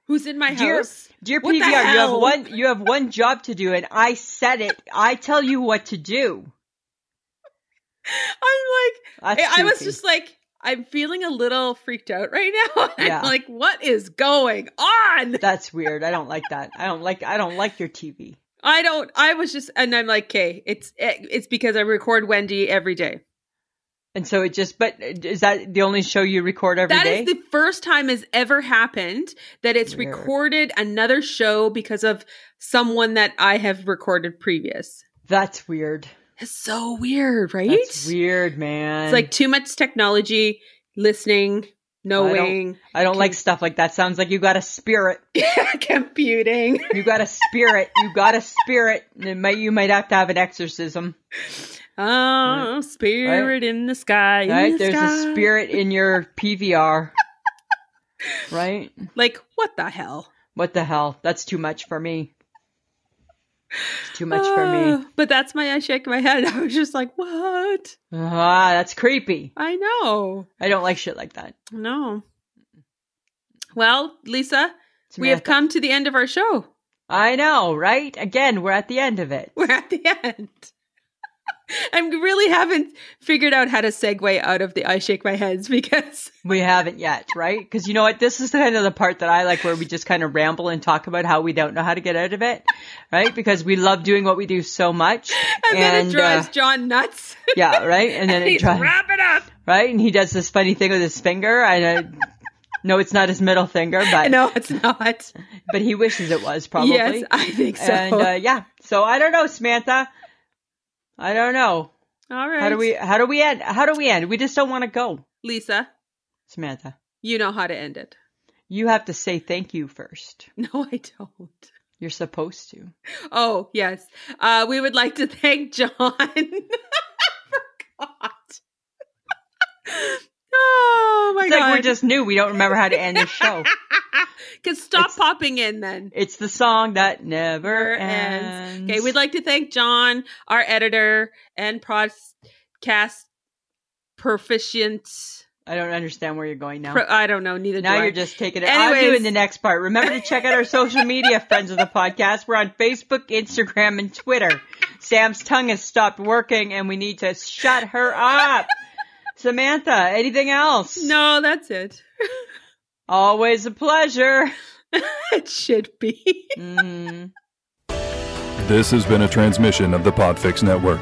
A: who's in my
B: Dear-
A: house
B: dear
A: what the
B: PVR, you have
A: hell?
B: one. You have one job to do, and I said it. I tell you what to do.
A: i'm like
B: That's
A: I I was
B: creepy.
A: just like, I'm feeling a little freaked out right now. I'm
B: Yeah.
A: like, what is going on?
B: That's weird. I don't like that. I don't like I don't like your TV.
A: I don't. I was just, and I'm like, okay, it's eh, it's because I record Wendy every day.
B: And so it just but is that the only show you record every day?
A: That is the first time has ever happened that it's
B: Weird.
A: recorded another show because of someone that I have recorded previous.
B: That's weird.
A: It's so weird, right?
B: That's weird, man.
A: It's like too much technology, listening, knowing,
B: I don't like stuff like that. Sounds like you got a spirit.
A: computing.
B: You got a spirit. you got a spirit. It might you might have to have an exorcism.
A: Oh, spirit in the sky. in
B: Right?
A: the
B: There's
A: sky.
B: a spirit in your PVR. right?
A: Like, what the hell?
B: What the hell? That's too much for me. It's too much for me.
A: Ah, But that's my, I shake my head. I was just like, what?
B: Ah, that's creepy.
A: I know.
B: I don't like shit like that.
A: No. Well, Lisa,
B: It's
A: we have
B: marathon-
A: come to the end of our show.
B: I know, right? Again, we're at the end of it.
A: We're at the end. I really haven't figured out how to segue out of the I shake my heads because
B: We haven't yet, right? Because you know what? This is kind of the part that I like where we just kind of ramble and talk about how we don't know how to get out of it, right? Because we love doing what we do so much.
A: and, then it
B: uh,
A: drives John nuts.
B: yeah, right? And then it
A: He's
B: drives,
A: wrap it up.
B: right? And he does this funny thing with his finger. I uh, no, it's not his middle finger, but
A: No, it's not.
B: but he wishes it was probably.
A: Yes, I think so.
B: And uh, yeah, so I don't know, Samantha. I don't know.
A: All right.
B: How do we? How do we end? How do we end? We just don't want to go,
A: Lisa,
B: Samantha.
A: you know how to end it.
B: You have to say thank you first.
A: No, I don't.
B: You're supposed to.
A: Oh, yes. Uh, we would like to thank John. I forgot. oh, my
B: It's
A: God.
B: like we're just new. We don't remember how to end the show.
A: Can stop
B: It's-
A: popping in then.
B: It's the song that never
A: Never
B: ends.
A: ends. Okay,
B: Mm-hmm.
A: we'd like to thank John, our editor and podcast proficient.
B: I don't understand where you're going now.
A: Pro, I don't know, neither do
B: now
A: I.
B: you're just taking it. I'm
A: Anyways.
B: doing the next part. Remember to check out our social media, friends of the podcast. We're on Facebook, Instagram, and Twitter. Sam's tongue has stopped working, and we need to shut her up. Samantha, anything else?
A: no, that's it.
B: Always a pleasure.
A: It should be.
B: Mm.
C: This has been a transmission of the Podfix Network.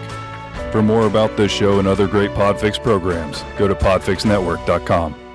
C: For more about this show and other great Podfix programs, go to podfixnetwork.com.